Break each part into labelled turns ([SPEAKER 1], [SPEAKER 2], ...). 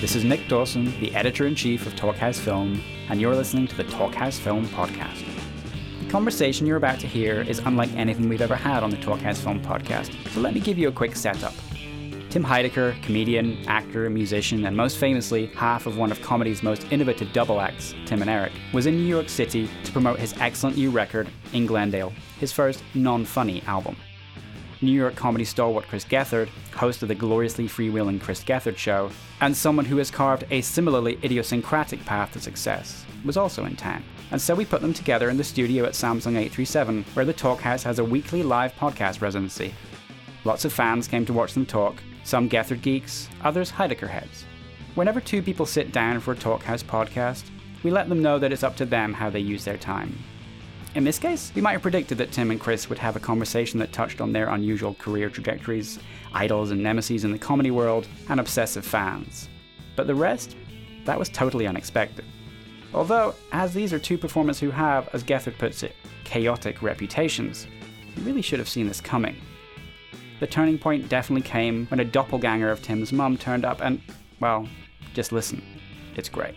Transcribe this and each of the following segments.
[SPEAKER 1] This is Nick Dawson, the editor in chief of Talkhouse Film, and you're listening to the Talkhouse Film podcast. The conversation you're about to hear is unlike anything we've ever had on the Talkhouse Film podcast, so let me give you a quick setup. Tim Heidecker, comedian, actor, musician, and most famously, half of one of comedy's most innovative double acts, Tim and Eric, was in New York City to promote his excellent new record, In Glendale, his first non funny album. New York comedy stalwart Chris Gethard, host of the gloriously freewheeling Chris Gethard Show, and someone who has carved a similarly idiosyncratic path to success, was also in town. And so we put them together in the studio at Samsung 837, where the Talk House has a weekly live podcast residency. Lots of fans came to watch them talk, some Gethard geeks, others Heidecker heads. Whenever two people sit down for a Talk House podcast, we let them know that it's up to them how they use their time. In this case, we might have predicted that Tim and Chris would have a conversation that touched on their unusual career trajectories, idols and nemesis in the comedy world, and obsessive fans. But the rest? That was totally unexpected. Although, as these are two performers who have, as Gethard puts it, chaotic reputations, you really should have seen this coming. The turning point definitely came when a doppelganger of Tim's mum turned up and, well, just listen. It's great.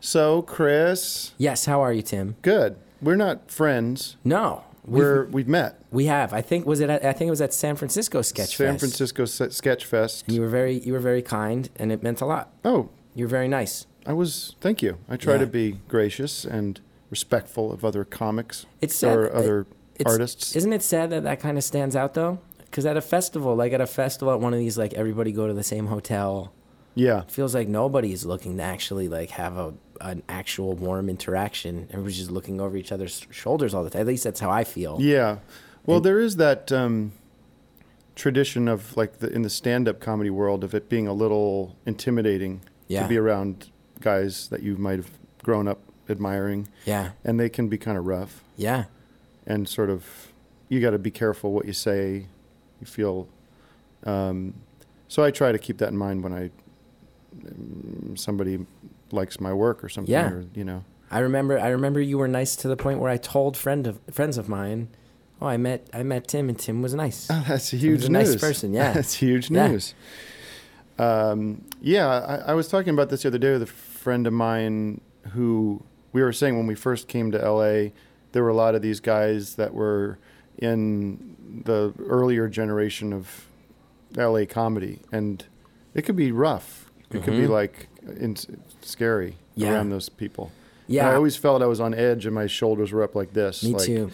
[SPEAKER 2] So, Chris,
[SPEAKER 3] Yes, how are you, Tim?
[SPEAKER 2] good. We're not friends.
[SPEAKER 3] No, we
[SPEAKER 2] We're we've met.
[SPEAKER 3] we have. I think was it. At, I think it was at San Francisco Sketch
[SPEAKER 2] San
[SPEAKER 3] Fest.
[SPEAKER 2] Francisco Se- Sketch Fest.
[SPEAKER 3] You were very you were very kind, and it meant a lot.
[SPEAKER 2] Oh,
[SPEAKER 3] You were very nice.
[SPEAKER 2] I was. Thank you. I try
[SPEAKER 3] Yeah.
[SPEAKER 2] to be gracious and respectful of other comics
[SPEAKER 3] It's sad
[SPEAKER 2] or
[SPEAKER 3] that-
[SPEAKER 2] other
[SPEAKER 3] It's-
[SPEAKER 2] artists.
[SPEAKER 3] Isn't it sad that that kind of stands out though? Because at a festival, like at a festival at one of these, like everybody go to the same hotel.
[SPEAKER 2] yeah,
[SPEAKER 3] Feels like nobody's looking to actually like have a an actual warm interaction. Everybody's just looking over each other's shoulders all the time. At least that's how I feel.
[SPEAKER 2] yeah. Well, there is that um, tradition of like the, in the stand-up comedy world of it being a little intimidating
[SPEAKER 3] Yeah.
[SPEAKER 2] to be around guys that you might have grown up admiring,
[SPEAKER 3] Yeah.
[SPEAKER 2] and they can be kind of rough.
[SPEAKER 3] Yeah.
[SPEAKER 2] and sort of you got to be careful what you say. You feel. Um, so I try to keep that in mind when I um, somebody likes my work or something.
[SPEAKER 3] Yeah.
[SPEAKER 2] Or, you know.
[SPEAKER 3] I remember I remember you were nice to the point where I told friend of friends of mine, "Oh, I met I met Tim and Tim was nice."
[SPEAKER 2] Oh, that's huge
[SPEAKER 3] a nice
[SPEAKER 2] news.
[SPEAKER 3] person, yeah.
[SPEAKER 2] that's huge
[SPEAKER 3] Yeah.
[SPEAKER 2] news. Um, yeah, I, I was talking about this the other day with a friend of mine who we were saying when we first came to LA, there were a lot of these guys that were in the earlier generation of LA comedy, and it could be rough. It could be like in, scary
[SPEAKER 3] Mm-hmm. Yeah.
[SPEAKER 2] around those people.
[SPEAKER 3] Yeah.
[SPEAKER 2] And I always felt I was on edge, and my shoulders were up like this.
[SPEAKER 3] Me
[SPEAKER 2] like,
[SPEAKER 3] too.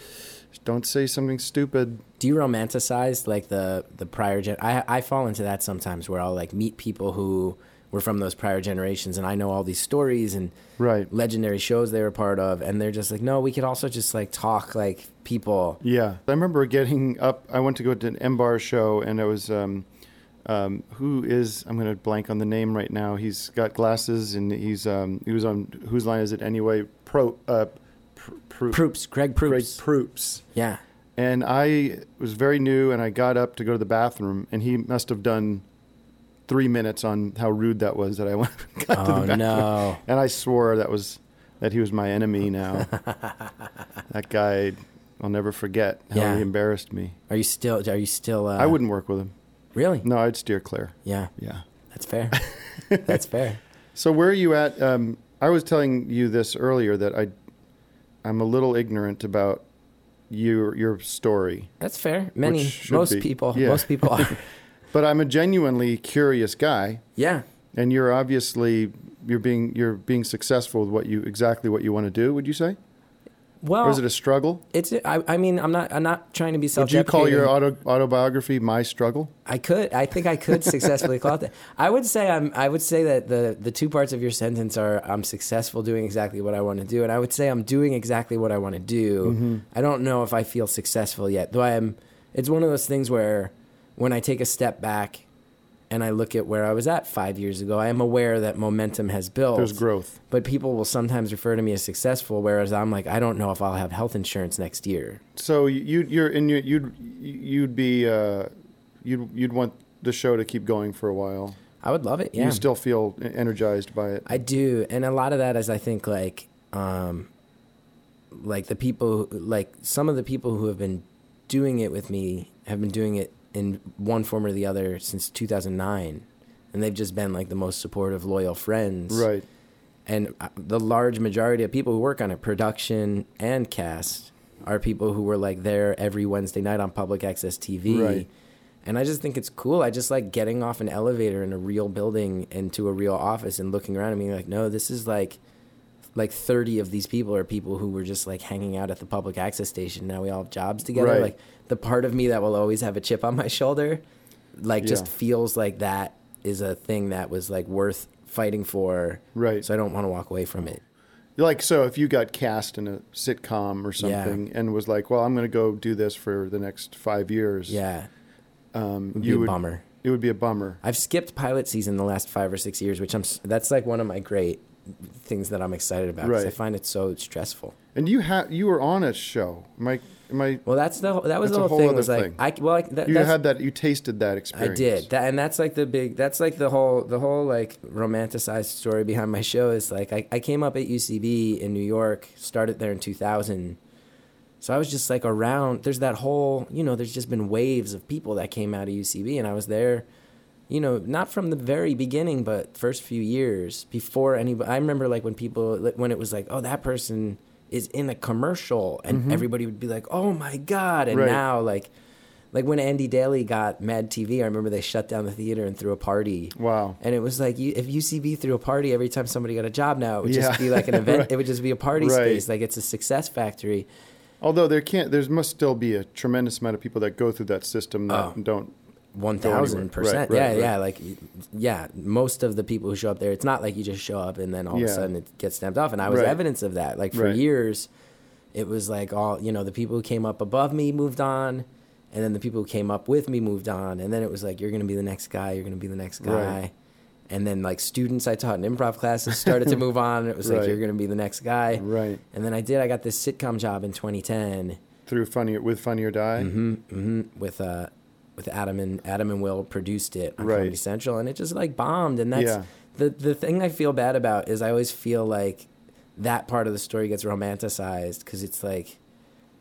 [SPEAKER 2] Don't say something stupid.
[SPEAKER 3] Do you romanticize like the the prior gen? I I fall into that sometimes where I'll like meet people who were from those prior generations and I know all these stories and
[SPEAKER 2] Right.
[SPEAKER 3] legendary shows they were part of and they're just like, "No, we could also just like talk like people."
[SPEAKER 2] Yeah, I remember getting up. I went to go to an M Bar show, and I was, um, um, who is? I'm going to blank on the name right now. He's got glasses, and he's um, he was on whose line is it anyway? Pro, uh, pr- pr-
[SPEAKER 3] Proops, Greg Proops.
[SPEAKER 2] Greg Proops.
[SPEAKER 3] Yeah.
[SPEAKER 2] And I was very new, and I got up to go to the bathroom, and he must have done three minutes on how rude that was that I went got to the
[SPEAKER 3] Oh
[SPEAKER 2] bathroom.
[SPEAKER 3] no.
[SPEAKER 2] And I swore that was that he was my enemy. Now that guy, I'll never forget how
[SPEAKER 3] Yeah.
[SPEAKER 2] he embarrassed me.
[SPEAKER 3] Are you still are you still uh,
[SPEAKER 2] I wouldn't work with him.
[SPEAKER 3] Really?
[SPEAKER 2] No, I'd steer clear.
[SPEAKER 3] Yeah.
[SPEAKER 2] Yeah.
[SPEAKER 3] That's fair. that's fair.
[SPEAKER 2] So where are you at? Um, I was telling you this earlier that I, I'm a little ignorant about your your story,
[SPEAKER 3] That's fair. Many,
[SPEAKER 2] should
[SPEAKER 3] most
[SPEAKER 2] be-
[SPEAKER 3] people,
[SPEAKER 2] yeah.
[SPEAKER 3] most people are.
[SPEAKER 2] but I'm a genuinely curious guy,
[SPEAKER 3] yeah.
[SPEAKER 2] and you're obviously you're being you're being successful with what you exactly what you want to do. Would you say,
[SPEAKER 3] Well,
[SPEAKER 2] or is it a struggle?
[SPEAKER 3] it's. I, I mean, I'm not. I'm not trying to be
[SPEAKER 2] Would you
[SPEAKER 3] self-deprecating.
[SPEAKER 2] call your auto, autobiography my struggle?
[SPEAKER 3] I could. I think I could successfully call it that. I would say. I'm. I would say that the the two parts of your sentence are. I'm successful doing exactly what I want to do, and I would say I'm doing exactly what I want to do.
[SPEAKER 2] Mm-hmm.
[SPEAKER 3] I don't know if I feel successful yet, though. I am. It's one of those things where, when I take a step back, and I look at where I was at five years ago, I am aware that momentum has built.
[SPEAKER 2] There's growth.
[SPEAKER 3] but people will sometimes refer to me as successful whereas i'm like i don't know if i'll have health insurance next year
[SPEAKER 2] So you you're in your you'd you'd be uh, you'd you'd want the show to keep going for a while.
[SPEAKER 3] i would love it yeah
[SPEAKER 2] You still feel e-, energized by it.
[SPEAKER 3] i do and a lot of that is i think like um like the people like some of the people who have been doing it with me have been doing it in one form or the other since 2009 and they've just been like the most supportive, loyal friends.
[SPEAKER 2] Right.
[SPEAKER 3] And uh, the large majority of people who work on it, production and cast, are people who were like there every Wednesday night on public access TV.
[SPEAKER 2] Right.
[SPEAKER 3] And I just think it's cool. I just like getting off an elevator in a real building into a real office and looking around and being like, no, this is like like 30 of these people are people who were just like hanging out at the public access station. Now we all have jobs together.
[SPEAKER 2] Right.
[SPEAKER 3] Like the part of me that will always have a chip on my shoulder, like just
[SPEAKER 2] Yeah.
[SPEAKER 3] feels like that is a thing that was like worth fighting for.
[SPEAKER 2] Right.
[SPEAKER 3] So I don't want to walk away from it.
[SPEAKER 2] Like so, if you got cast in a sitcom or
[SPEAKER 3] Yeah.
[SPEAKER 2] something and was like, "Well, I'm going to go do this for the next five years,"
[SPEAKER 3] Yeah.
[SPEAKER 2] um,
[SPEAKER 3] Would
[SPEAKER 2] you
[SPEAKER 3] be a
[SPEAKER 2] would.
[SPEAKER 3] bummer.
[SPEAKER 2] It would be a bummer.
[SPEAKER 3] I've skipped pilot season the last five or six years, which I'm s- that's like one of my great things that I'm excited about. 'cause I
[SPEAKER 2] Right.
[SPEAKER 3] find it so stressful.
[SPEAKER 2] And you had you were on a show. Am I? Am I?
[SPEAKER 3] Well, that's the whole- that was
[SPEAKER 2] That's
[SPEAKER 3] the
[SPEAKER 2] a
[SPEAKER 3] whole
[SPEAKER 2] whole
[SPEAKER 3] thing. Was
[SPEAKER 2] other
[SPEAKER 3] like
[SPEAKER 2] thing.
[SPEAKER 3] I c- well I, that,
[SPEAKER 2] you
[SPEAKER 3] that's,
[SPEAKER 2] had that. You tasted that
[SPEAKER 3] I
[SPEAKER 2] experience.
[SPEAKER 3] did that, and that's like the big that's like the whole the whole like romanticized story behind my show is like I, I came up at UCB in New York, started there in 2000. So I was just like around. There's that whole, you know, there's just been waves of people that came out of UCB, and I was there, you know, not from the very beginning, but first few years before anybody. I remember like when people, like, when it was like, oh, that person is in a commercial, and everybody would be like, oh my god, and
[SPEAKER 2] Mm-hmm. Right.
[SPEAKER 3] now like. Like when Andy Daly got Mad TV, I remember they shut down the theater and threw a party.
[SPEAKER 2] Wow.
[SPEAKER 3] And it was like you, if UCB threw a party every time somebody got a job now, it would
[SPEAKER 2] Yeah.
[SPEAKER 3] just be like an event.
[SPEAKER 2] Right.
[SPEAKER 3] It would just be a party
[SPEAKER 2] Right.
[SPEAKER 3] space. Like it's a success factory.
[SPEAKER 2] Although there can't, there must still be a tremendous amount of people that go through that system that
[SPEAKER 3] Oh.
[SPEAKER 2] don't.
[SPEAKER 3] One
[SPEAKER 2] Go anywhere.
[SPEAKER 3] thousand percent.
[SPEAKER 2] Right,
[SPEAKER 3] Yeah,
[SPEAKER 2] right,
[SPEAKER 3] yeah. Like, yeah. Most of the people who show up there, it's not like you just show up and then all of
[SPEAKER 2] Yeah.
[SPEAKER 3] a sudden it gets stamped off. And I was
[SPEAKER 2] Right.
[SPEAKER 3] evidence of that. Like for
[SPEAKER 2] Right.
[SPEAKER 3] years, it was like all you know, the people who came up above me moved on, and then the people who came up with me moved on, and then it was like you're gonna be the next guy, you're gonna be the next guy.
[SPEAKER 2] Right.
[SPEAKER 3] And then, like students I taught in improv classes started to move on, and it was like
[SPEAKER 2] Right.
[SPEAKER 3] you're going to be the next guy.
[SPEAKER 2] Right.
[SPEAKER 3] And then I did. I got this sitcom job in 2010,
[SPEAKER 2] Through funny with funny or die.
[SPEAKER 3] Mm-hmm. with uh with Adam and Adam and Will produced it on
[SPEAKER 2] Right.
[SPEAKER 3] Comedy Central, and it just like bombed. And that's
[SPEAKER 2] Yeah.
[SPEAKER 3] the the thing I feel bad about is I always feel like that part of the story gets romanticized because it's like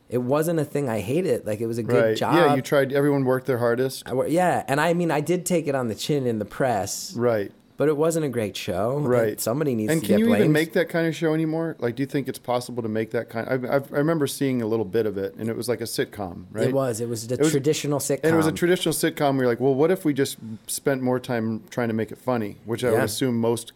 [SPEAKER 3] it wasn't a thing I hated. Like it was a good
[SPEAKER 2] Right.
[SPEAKER 3] job.
[SPEAKER 2] Yeah. You tried. Everyone worked their hardest.
[SPEAKER 3] I wor- yeah, and I mean I did take it on the chin in the press,
[SPEAKER 2] Right.
[SPEAKER 3] but it wasn't a great show. and
[SPEAKER 2] Right.
[SPEAKER 3] somebody needs
[SPEAKER 2] And
[SPEAKER 3] to
[SPEAKER 2] can
[SPEAKER 3] get
[SPEAKER 2] you
[SPEAKER 3] blamed.
[SPEAKER 2] even make that kind of show anymore? Like, do you think it's possible to make that kind? I, I've, I remember seeing a little bit of it, and it was like a sitcom, right?
[SPEAKER 3] It was. It was a
[SPEAKER 2] was-
[SPEAKER 3] traditional sitcom.
[SPEAKER 2] And it was a traditional sitcom. We were like, well, what if we just spent more time trying to make it funny, which I would
[SPEAKER 3] Yeah.
[SPEAKER 2] assume most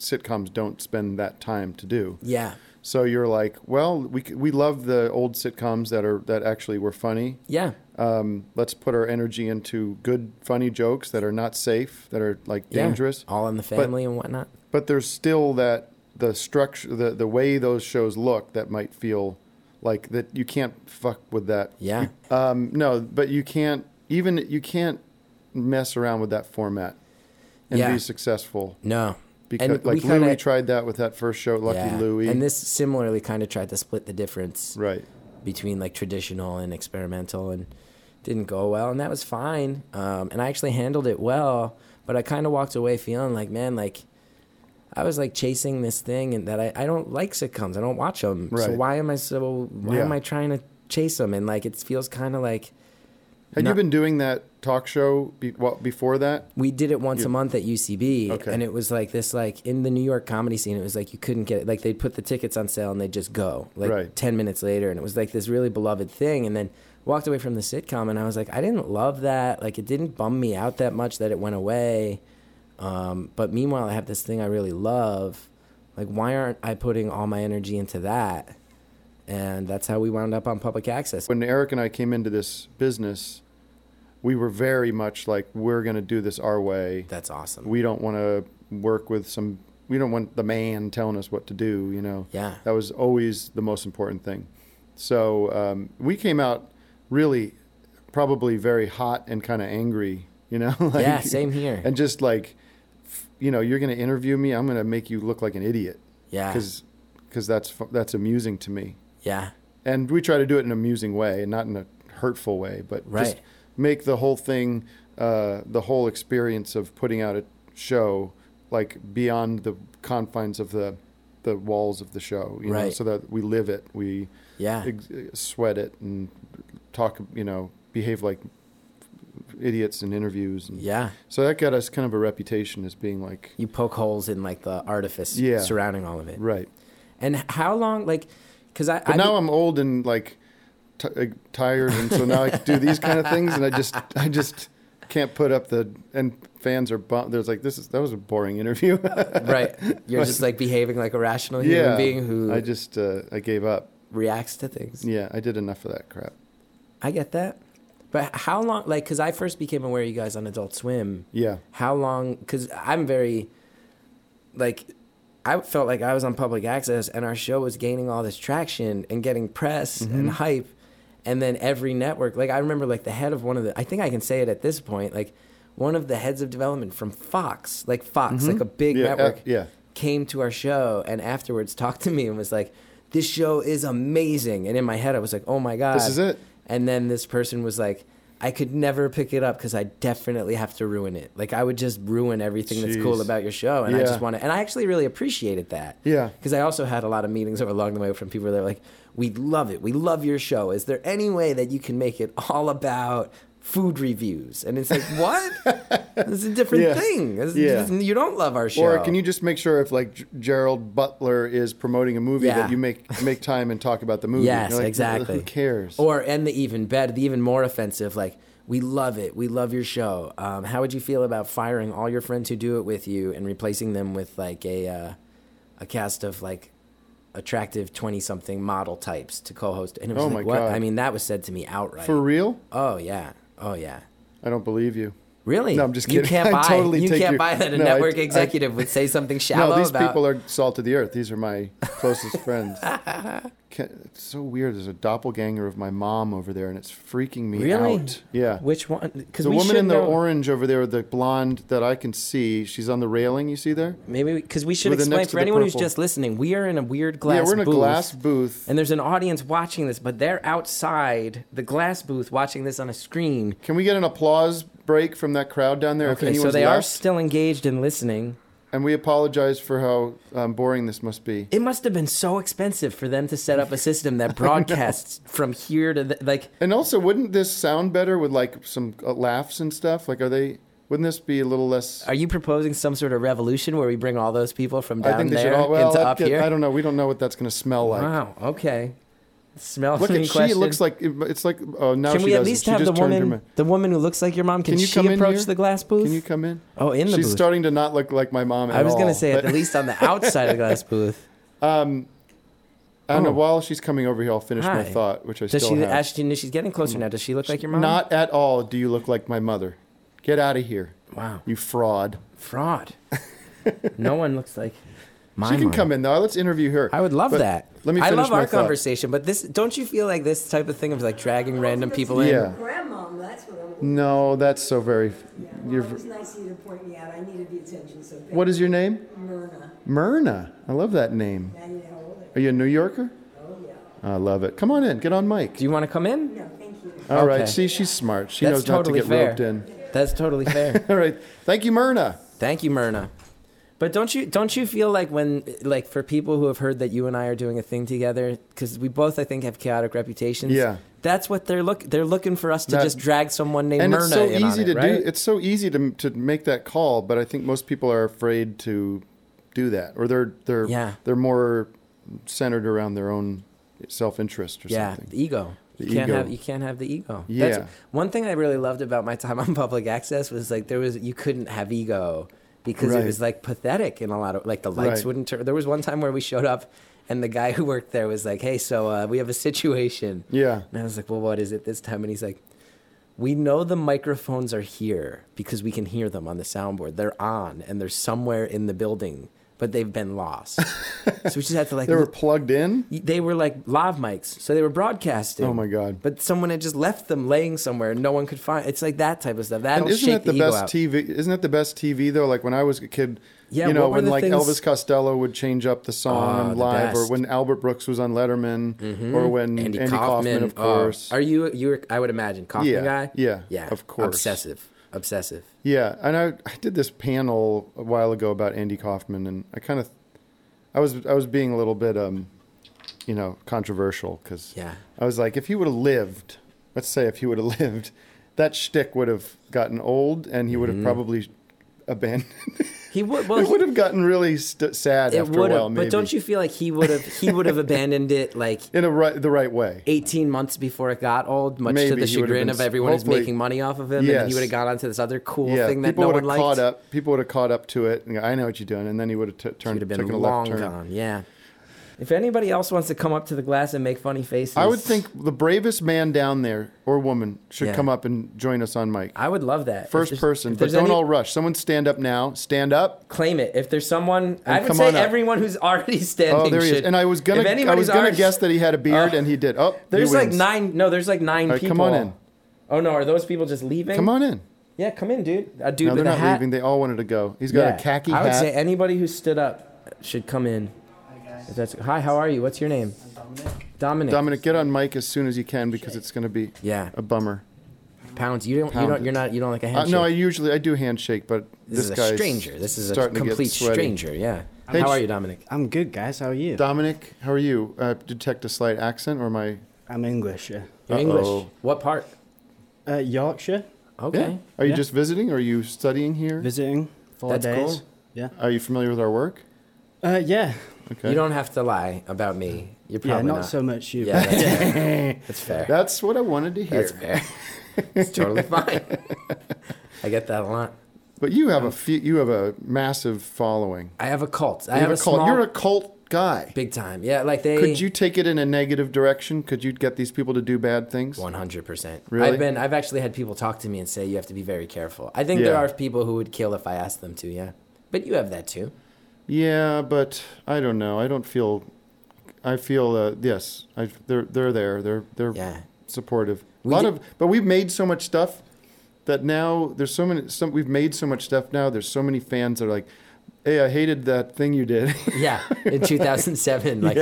[SPEAKER 2] sitcoms don't spend that time to do.
[SPEAKER 3] yeah.
[SPEAKER 2] So you're like, well, we c- we love the old sitcoms that are that actually were funny.
[SPEAKER 3] Yeah.
[SPEAKER 2] Um, let's put our energy into good funny jokes that are not safe, that are like
[SPEAKER 3] Yeah.
[SPEAKER 2] dangerous.
[SPEAKER 3] All in the family and whatnot.
[SPEAKER 2] But there's still that the structure, the the way those shows look, that might feel like that you can't fuck with that.
[SPEAKER 3] Yeah.
[SPEAKER 2] Um, no, but you can't even you can't mess around with that format and
[SPEAKER 3] Yeah.
[SPEAKER 2] be successful
[SPEAKER 3] No.
[SPEAKER 2] because
[SPEAKER 3] And
[SPEAKER 2] like
[SPEAKER 3] we kinda-
[SPEAKER 2] Louis tried that with that first show, Lucky
[SPEAKER 3] Yeah.
[SPEAKER 2] Louie.
[SPEAKER 3] And this similarly kind of tried to split the difference
[SPEAKER 2] right,
[SPEAKER 3] between like traditional and experimental and didn't go well. And that was fine. Um, and I actually handled it well, but I kind of walked away feeling like, man, like I was like chasing this thing and that I, I don't like sitcoms. I don't watch them. So
[SPEAKER 2] Right.
[SPEAKER 3] why am I so, why
[SPEAKER 2] Yeah.
[SPEAKER 3] am I trying to chase them? And like, it feels kind of like
[SPEAKER 2] had you
[SPEAKER 3] Not-
[SPEAKER 2] been doing that talk show be, well, before that?
[SPEAKER 3] we did it once
[SPEAKER 2] You-
[SPEAKER 3] a month at UCB,
[SPEAKER 2] Okay.
[SPEAKER 3] and it was like this, like in the New York comedy scene, it was like you couldn't get it. Like they'd put the tickets on sale and they'd just go like
[SPEAKER 2] Right.
[SPEAKER 3] ten minutes later, and it was like this really beloved thing. And then walked away from the sitcom, and I was like, I didn't love that. Like it didn't bum me out that much that it went away. Um, but meanwhile, I have this thing I really love. Like why aren't I putting all my energy into that? And that's how we wound up on public access.
[SPEAKER 2] When Eric and I came into this business, we were very much like we're going to do this our way.
[SPEAKER 3] That's awesome.
[SPEAKER 2] we don't want to work with some we don't want the man telling us what to do you know
[SPEAKER 3] Yeah.
[SPEAKER 2] that was always the most important thing so um, we came out really probably very hot and kind of angry you know like,
[SPEAKER 3] yeah, same here.
[SPEAKER 2] and just like f- you know you're going to interview me i'm going to make you look like an idiot
[SPEAKER 3] yeah,
[SPEAKER 2] because that's fu- that's amusing to me
[SPEAKER 3] yeah,
[SPEAKER 2] and we try to do it in an amusing way and not in a hurtful way but just
[SPEAKER 3] Right.
[SPEAKER 2] make the whole thing uh, the whole experience of putting out a show like beyond the confines of the the walls of the show you know
[SPEAKER 3] Right. Ah.
[SPEAKER 2] so that we live it we
[SPEAKER 3] yeah.
[SPEAKER 2] ex- sweat it and talk you know behave like idiots in interviews. And
[SPEAKER 3] Yeah.
[SPEAKER 2] So that got us kind of a reputation as being like,
[SPEAKER 3] You poke holes in like the artifice
[SPEAKER 2] Yeah.
[SPEAKER 3] surrounding all of it.
[SPEAKER 2] right.
[SPEAKER 3] And how long, like, because I,
[SPEAKER 2] But
[SPEAKER 3] I
[SPEAKER 2] now I'm old and like t- uh, tired, and so now I do these kind of things, and I just I just can't put up the and fans are bum- there's like this is that was a boring interview.
[SPEAKER 3] right, you're just like behaving like a rational human
[SPEAKER 2] yeah,
[SPEAKER 3] being who
[SPEAKER 2] I just uh, I gave up.
[SPEAKER 3] reacts to things.
[SPEAKER 2] Yeah, I did enough of that crap.
[SPEAKER 3] I get that. But how long, like, because I first became aware of you guys on Adult Swim.
[SPEAKER 2] Yeah,
[SPEAKER 3] How long, because I'm very, like, I felt like I was on public access and our show was gaining all this traction and getting press and hype. And then every network, like, I remember, like, the head of one of the, I think I can say it at this point, like, one of the heads of development from Fox, like Fox, like a big
[SPEAKER 2] yeah, uh,
[SPEAKER 3] network
[SPEAKER 2] yeah.
[SPEAKER 3] came to our show and afterwards talked to me and was like, "This show is amazing." And in my head, I was like, "Oh my god,
[SPEAKER 2] This is it.
[SPEAKER 3] And then this person was like, "I could never pick it up because I definitely have to ruin it. Like I would just ruin everything that's cool
[SPEAKER 2] Jeez.
[SPEAKER 3] about your show." And I just
[SPEAKER 2] Yeah.
[SPEAKER 3] want to. And I actually really appreciated that.
[SPEAKER 2] Yeah.
[SPEAKER 3] Because I also had a lot of meetings over along the way from people that were like, "We love it. We love your show. Is there any way that you can make it all about?" Food reviews, and it's like what? this is a different
[SPEAKER 2] Yeah.
[SPEAKER 3] thing. This-
[SPEAKER 2] Yeah.
[SPEAKER 3] this- you don't love our show.
[SPEAKER 2] Or can you just make sure if like G- Gerald Butler is promoting a movie
[SPEAKER 3] Yeah.
[SPEAKER 2] that you make make time and talk about the movie?
[SPEAKER 3] Yes,
[SPEAKER 2] You're like,
[SPEAKER 3] exactly.
[SPEAKER 2] Who cares?
[SPEAKER 3] Or and the even better, the even more offensive, like we love it, we love your show. Um, how would you feel about firing all your friends who do it with you and replacing them with like a uh, a cast of like attractive twenty something model types to co-host? And it was
[SPEAKER 2] Oh
[SPEAKER 3] like,
[SPEAKER 2] my
[SPEAKER 3] what?
[SPEAKER 2] God.
[SPEAKER 3] I mean, that was said to me outright.
[SPEAKER 2] For real?
[SPEAKER 3] oh yeah, oh yeah.
[SPEAKER 2] I don't believe you.
[SPEAKER 3] Really?
[SPEAKER 2] No, I'm just
[SPEAKER 3] You
[SPEAKER 2] kidding.
[SPEAKER 3] can't
[SPEAKER 2] I
[SPEAKER 3] buy.
[SPEAKER 2] totally
[SPEAKER 3] you
[SPEAKER 2] take
[SPEAKER 3] can't
[SPEAKER 2] your-
[SPEAKER 3] buy that a
[SPEAKER 2] No, I-
[SPEAKER 3] network
[SPEAKER 2] I-
[SPEAKER 3] executive would say something shallow
[SPEAKER 2] No, these
[SPEAKER 3] about.
[SPEAKER 2] people are salt of the earth. These are my closest friends. Can, it's so weird. There's a doppelganger of my mom over there, and it's freaking me
[SPEAKER 3] Really?
[SPEAKER 2] out. Yeah.
[SPEAKER 3] Which one? Because
[SPEAKER 2] The woman in the orange over there, the blonde that I can see, she's on the railing. You see there?
[SPEAKER 3] Maybe because we, should
[SPEAKER 2] With the
[SPEAKER 3] explain
[SPEAKER 2] next to
[SPEAKER 3] for
[SPEAKER 2] the
[SPEAKER 3] anyone who's
[SPEAKER 2] purple.
[SPEAKER 3] just listening, we are in a weird glass.
[SPEAKER 2] yeah, we're in a
[SPEAKER 3] booth,
[SPEAKER 2] glass booth.
[SPEAKER 3] And there's an audience watching this, but they're outside the glass booth watching this on a screen.
[SPEAKER 2] can we get an applause break from that crowd down there? if
[SPEAKER 3] Okay,
[SPEAKER 2] anyone's
[SPEAKER 3] so they are
[SPEAKER 2] left?
[SPEAKER 3] still engaged and listening.
[SPEAKER 2] and we apologize for how um, boring this must be.
[SPEAKER 3] It must have been so expensive for them to set up a system that broadcasts from here to the, like.
[SPEAKER 2] And also, wouldn't this sound better with like some uh, laughs and stuff? Like, are they? Wouldn't this be a little less?
[SPEAKER 3] Are you proposing some sort of revolution where we bring all those people from down
[SPEAKER 2] I think they
[SPEAKER 3] there
[SPEAKER 2] should all. Well,
[SPEAKER 3] into
[SPEAKER 2] that-
[SPEAKER 3] up here?
[SPEAKER 2] I don't know. We don't know what that's going to smell like.
[SPEAKER 3] Wow. Okay. Smell.
[SPEAKER 2] Look at
[SPEAKER 3] question.
[SPEAKER 2] she. Looks like it's like. Oh, now
[SPEAKER 3] Can
[SPEAKER 2] she
[SPEAKER 3] we at
[SPEAKER 2] doesn't.
[SPEAKER 3] least
[SPEAKER 2] She
[SPEAKER 3] have the
[SPEAKER 2] just turned her
[SPEAKER 3] woman,
[SPEAKER 2] mi-
[SPEAKER 3] the woman who looks like your mom? Can,
[SPEAKER 2] Can you
[SPEAKER 3] she
[SPEAKER 2] come in
[SPEAKER 3] approach
[SPEAKER 2] here?
[SPEAKER 3] the glass booth?
[SPEAKER 2] Can you come in?
[SPEAKER 3] Oh, in the
[SPEAKER 2] She's
[SPEAKER 3] booth.
[SPEAKER 2] starting to not look like my mom. At
[SPEAKER 3] I was
[SPEAKER 2] going to
[SPEAKER 3] say at least on the outside of the glass booth.
[SPEAKER 2] I don't know.
[SPEAKER 3] oh.
[SPEAKER 2] While she's coming over here, I'll finish my
[SPEAKER 3] Hi.
[SPEAKER 2] thought, which I
[SPEAKER 3] Does
[SPEAKER 2] still
[SPEAKER 3] she?
[SPEAKER 2] have.
[SPEAKER 3] As she, she's getting closer now. Does she look like your mom?
[SPEAKER 2] Not at all. Do you look like my mother? Get out of here,
[SPEAKER 3] Wow.
[SPEAKER 2] you fraud.
[SPEAKER 3] Fraud. no one looks like. My
[SPEAKER 2] She can
[SPEAKER 3] mom.
[SPEAKER 2] come in though. Let's interview her.
[SPEAKER 3] I would love
[SPEAKER 2] But
[SPEAKER 3] that.
[SPEAKER 2] Let me
[SPEAKER 3] I
[SPEAKER 2] finish
[SPEAKER 3] love
[SPEAKER 2] my
[SPEAKER 3] our
[SPEAKER 2] thought.
[SPEAKER 3] conversation, but this don't you feel like this type of thing of like dragging random people in?
[SPEAKER 2] Yeah.
[SPEAKER 4] Grandmom, that's what I'm.
[SPEAKER 2] No, that's so very.
[SPEAKER 4] Well,
[SPEAKER 2] You're,
[SPEAKER 4] it was nice of you to point me out. I needed the attention, so thank
[SPEAKER 2] what is your name?
[SPEAKER 4] you, Myrna.
[SPEAKER 2] Myrna. I love that name.
[SPEAKER 4] Now you know how old I
[SPEAKER 2] Are you a New Yorker?
[SPEAKER 4] am. Oh, yeah.
[SPEAKER 2] I love it. Come on in. Get on mic.
[SPEAKER 3] Do you want to come in?
[SPEAKER 4] No, thank you.
[SPEAKER 2] All right.
[SPEAKER 3] Okay.
[SPEAKER 2] See, she's smart. She
[SPEAKER 3] That's
[SPEAKER 2] knows
[SPEAKER 3] totally
[SPEAKER 2] not to get
[SPEAKER 3] fair.
[SPEAKER 2] roped in.
[SPEAKER 3] That's totally fair.
[SPEAKER 2] All right. Thank you, Myrna.
[SPEAKER 3] Thank you, Myrna. But don't you don't you feel like when like for people who have heard that you and I are doing a thing together because we both I think have chaotic reputations.
[SPEAKER 2] Yeah.
[SPEAKER 3] that's what they're look they're looking for us to
[SPEAKER 2] That-
[SPEAKER 3] just drag someone named
[SPEAKER 2] And
[SPEAKER 3] Myrna
[SPEAKER 2] it's so
[SPEAKER 3] in on
[SPEAKER 2] easy
[SPEAKER 3] it,
[SPEAKER 2] to
[SPEAKER 3] right?
[SPEAKER 2] do. It's so easy to to make that call, but I think most people are afraid to do that, or they're they're
[SPEAKER 3] Yeah.
[SPEAKER 2] they're more centered around their own self interest or
[SPEAKER 3] yeah,
[SPEAKER 2] something.
[SPEAKER 3] the ego.
[SPEAKER 2] The
[SPEAKER 3] you can't
[SPEAKER 2] ego.
[SPEAKER 3] have you can't have the ego.
[SPEAKER 2] Yeah.
[SPEAKER 3] one thing I really loved about my time on public access was like there was you couldn't have ego because it
[SPEAKER 2] Right.
[SPEAKER 3] was like pathetic in a lot of like the lights
[SPEAKER 2] Right.
[SPEAKER 3] wouldn't turn. There was one time where we showed up and the guy who worked there was like, "Hey, so uh, we have a situation."
[SPEAKER 2] Yeah.
[SPEAKER 3] And I was like, well, what is it this time? And he's like, we know the microphones are here because we can hear them on the soundboard. They're on and they're somewhere in the building, but they've been lost. so we just had to like,
[SPEAKER 2] They were plugged in.
[SPEAKER 3] they were like live mics. So they were broadcasting.
[SPEAKER 2] Oh my God.
[SPEAKER 3] But someone had just left them laying somewhere and no one could find It's like that type of stuff. That'll
[SPEAKER 2] And isn't that
[SPEAKER 3] shake
[SPEAKER 2] the,
[SPEAKER 3] the, ego
[SPEAKER 2] best
[SPEAKER 3] out.
[SPEAKER 2] TV? Isn't that the best TV though? Like when I was a kid,
[SPEAKER 3] Yeah,
[SPEAKER 2] you know,
[SPEAKER 3] what were
[SPEAKER 2] when
[SPEAKER 3] the
[SPEAKER 2] like
[SPEAKER 3] things-
[SPEAKER 2] Elvis Costello would change up the song
[SPEAKER 3] Ah,
[SPEAKER 2] on
[SPEAKER 3] the
[SPEAKER 2] live, or
[SPEAKER 3] best. Mm-hmm.
[SPEAKER 2] when Albert Brooks was on Letterman, or when Andy, Kaufman, of
[SPEAKER 3] uh,
[SPEAKER 2] course.
[SPEAKER 3] are you, you were, I would imagine, Kaufman
[SPEAKER 2] Yeah,
[SPEAKER 3] guy?
[SPEAKER 2] yeah,
[SPEAKER 3] Yeah.
[SPEAKER 2] of course.
[SPEAKER 3] Obsessive. Obsessive.
[SPEAKER 2] Yeah, and I, I did this panel a while ago about Andy Kaufman, and I kind of, I was I was being a little bit, um, you know, controversial because
[SPEAKER 3] Yeah.
[SPEAKER 2] I was like, if he would have lived, let's say if he would have lived, that shtick would have gotten old, and he would
[SPEAKER 3] Mm-hmm.
[SPEAKER 2] have probably abandoned.
[SPEAKER 3] He would. Well,
[SPEAKER 2] it
[SPEAKER 3] he-
[SPEAKER 2] would have gotten really st- sad
[SPEAKER 3] it
[SPEAKER 2] after a
[SPEAKER 3] would
[SPEAKER 2] while.
[SPEAKER 3] have.
[SPEAKER 2] Maybe
[SPEAKER 3] But don't you feel like he would have? He would have abandoned it like
[SPEAKER 2] in a right, the right way?
[SPEAKER 3] 18 months before it got old, much to
[SPEAKER 2] Maybe
[SPEAKER 3] the
[SPEAKER 2] he would've
[SPEAKER 3] chagrin
[SPEAKER 2] been
[SPEAKER 3] of everyone who's
[SPEAKER 2] hopefully-
[SPEAKER 3] making money off of him, and
[SPEAKER 2] Yes.
[SPEAKER 3] he would have gone on to this other cool
[SPEAKER 2] Yeah,
[SPEAKER 3] thing
[SPEAKER 2] people
[SPEAKER 3] that no
[SPEAKER 2] would
[SPEAKER 3] one
[SPEAKER 2] have
[SPEAKER 3] liked.
[SPEAKER 2] caught up. People would have caught up to it, and go, I know what you're doing, and then he would have t-
[SPEAKER 3] He would
[SPEAKER 2] turned,
[SPEAKER 3] have
[SPEAKER 2] taken
[SPEAKER 3] been
[SPEAKER 2] a
[SPEAKER 3] long
[SPEAKER 2] left turn.
[SPEAKER 3] gone. Yeah. If anybody else wants to come up to the glass and make funny faces,
[SPEAKER 2] I would think the bravest man down there or woman should
[SPEAKER 3] Yeah.
[SPEAKER 2] come up and join us on mic.
[SPEAKER 3] I would love that. If
[SPEAKER 2] First
[SPEAKER 3] there's-
[SPEAKER 2] person,
[SPEAKER 3] if
[SPEAKER 2] but
[SPEAKER 3] there's
[SPEAKER 2] don't
[SPEAKER 3] any-
[SPEAKER 2] all rush. Someone stand up now. Stand up.
[SPEAKER 3] claim it. If there's someone, I would
[SPEAKER 2] come
[SPEAKER 3] say
[SPEAKER 2] on up.
[SPEAKER 3] everyone who's already standing.
[SPEAKER 2] Oh, there he is.
[SPEAKER 3] should-
[SPEAKER 2] And I was gonna,
[SPEAKER 3] if
[SPEAKER 2] I was
[SPEAKER 3] anybody's
[SPEAKER 2] gonna
[SPEAKER 3] already-
[SPEAKER 2] guess that he had a beard,
[SPEAKER 3] Oh.
[SPEAKER 2] and he did. Oh, he
[SPEAKER 3] There's like
[SPEAKER 2] wins.
[SPEAKER 3] nine. No, there's like nine
[SPEAKER 2] right,
[SPEAKER 3] people.
[SPEAKER 2] come on in.
[SPEAKER 3] Oh no, are those people just leaving?
[SPEAKER 2] Come on in.
[SPEAKER 3] Yeah, come in, dude. A dude
[SPEAKER 2] No,
[SPEAKER 3] with
[SPEAKER 2] they're
[SPEAKER 3] a
[SPEAKER 2] not
[SPEAKER 3] hat.
[SPEAKER 2] leaving. They all wanted to go. He's got
[SPEAKER 3] Yeah.
[SPEAKER 2] a khaki
[SPEAKER 3] I would
[SPEAKER 2] hat.
[SPEAKER 3] say anybody who stood up should come in. If that's, hi, how are you? What's your name? Dominic. Dominic.
[SPEAKER 2] Dominic, get on mic as soon as you can because it's going to be
[SPEAKER 3] Yeah.
[SPEAKER 2] a bummer.
[SPEAKER 3] Pounds. You don't. You
[SPEAKER 2] Pounded.
[SPEAKER 3] don't. You're not. You don't like a
[SPEAKER 2] Uh,
[SPEAKER 3] handshake.
[SPEAKER 2] no, I usually I do handshake, but
[SPEAKER 3] this,
[SPEAKER 2] this,
[SPEAKER 3] is
[SPEAKER 2] guy's
[SPEAKER 3] a stranger. This is a
[SPEAKER 2] starting to get
[SPEAKER 3] complete
[SPEAKER 2] sweaty.
[SPEAKER 3] stranger. Yeah.
[SPEAKER 2] Hey,
[SPEAKER 3] how are
[SPEAKER 2] sh-
[SPEAKER 3] you, Dominic?
[SPEAKER 5] I'm good, guys. How are you?
[SPEAKER 2] Dominic, how are you? Uh, detect a slight accent or my
[SPEAKER 5] I'm English. Yeah.
[SPEAKER 3] You're
[SPEAKER 2] Uh-oh.
[SPEAKER 3] English. What part?
[SPEAKER 5] Uh, Yorkshire,
[SPEAKER 3] Okay.
[SPEAKER 2] Are you
[SPEAKER 5] Yeah.
[SPEAKER 2] just visiting? Are you studying here?
[SPEAKER 5] visiting four
[SPEAKER 3] That's
[SPEAKER 5] days.
[SPEAKER 3] cool.
[SPEAKER 5] Yeah.
[SPEAKER 2] Are you familiar with our work?
[SPEAKER 5] Uh, yeah.
[SPEAKER 2] Okay.
[SPEAKER 3] You don't have to lie about me. You're
[SPEAKER 5] yeah.
[SPEAKER 3] probably
[SPEAKER 5] Not, so much you.
[SPEAKER 3] Yeah,
[SPEAKER 5] Yeah.
[SPEAKER 3] that's fair. That's fair.
[SPEAKER 2] That's what I wanted to hear.
[SPEAKER 3] That's fair. it's totally fine. I get that a lot.
[SPEAKER 2] But you have a few, you have a massive following.
[SPEAKER 3] I have a cult. I
[SPEAKER 2] You
[SPEAKER 3] have,
[SPEAKER 2] cult.
[SPEAKER 3] a small,
[SPEAKER 2] You're a cult guy.
[SPEAKER 3] big time. Yeah, like they.
[SPEAKER 2] Could you take it in a negative direction? Could you get these people to do bad things?
[SPEAKER 3] One hundred percent.
[SPEAKER 2] Really?
[SPEAKER 3] I've been. I've actually had people talk to me and say you have to be very careful. I think there
[SPEAKER 2] Yeah.
[SPEAKER 3] are people who would kill if I asked them to. Yeah, but you have that too.
[SPEAKER 2] Yeah, but I don't know. I don't feel. I feel uh, yes. I, they're they're there. They're they're
[SPEAKER 3] Yeah.
[SPEAKER 2] supportive. A
[SPEAKER 3] We
[SPEAKER 2] lot
[SPEAKER 3] did-
[SPEAKER 2] of but we've made so much stuff that now there's so many. Some we've made so much stuff now. There's so many fans that are like, "Hey, I hated that thing you did.
[SPEAKER 3] Yeah, in two thousand seven. Like,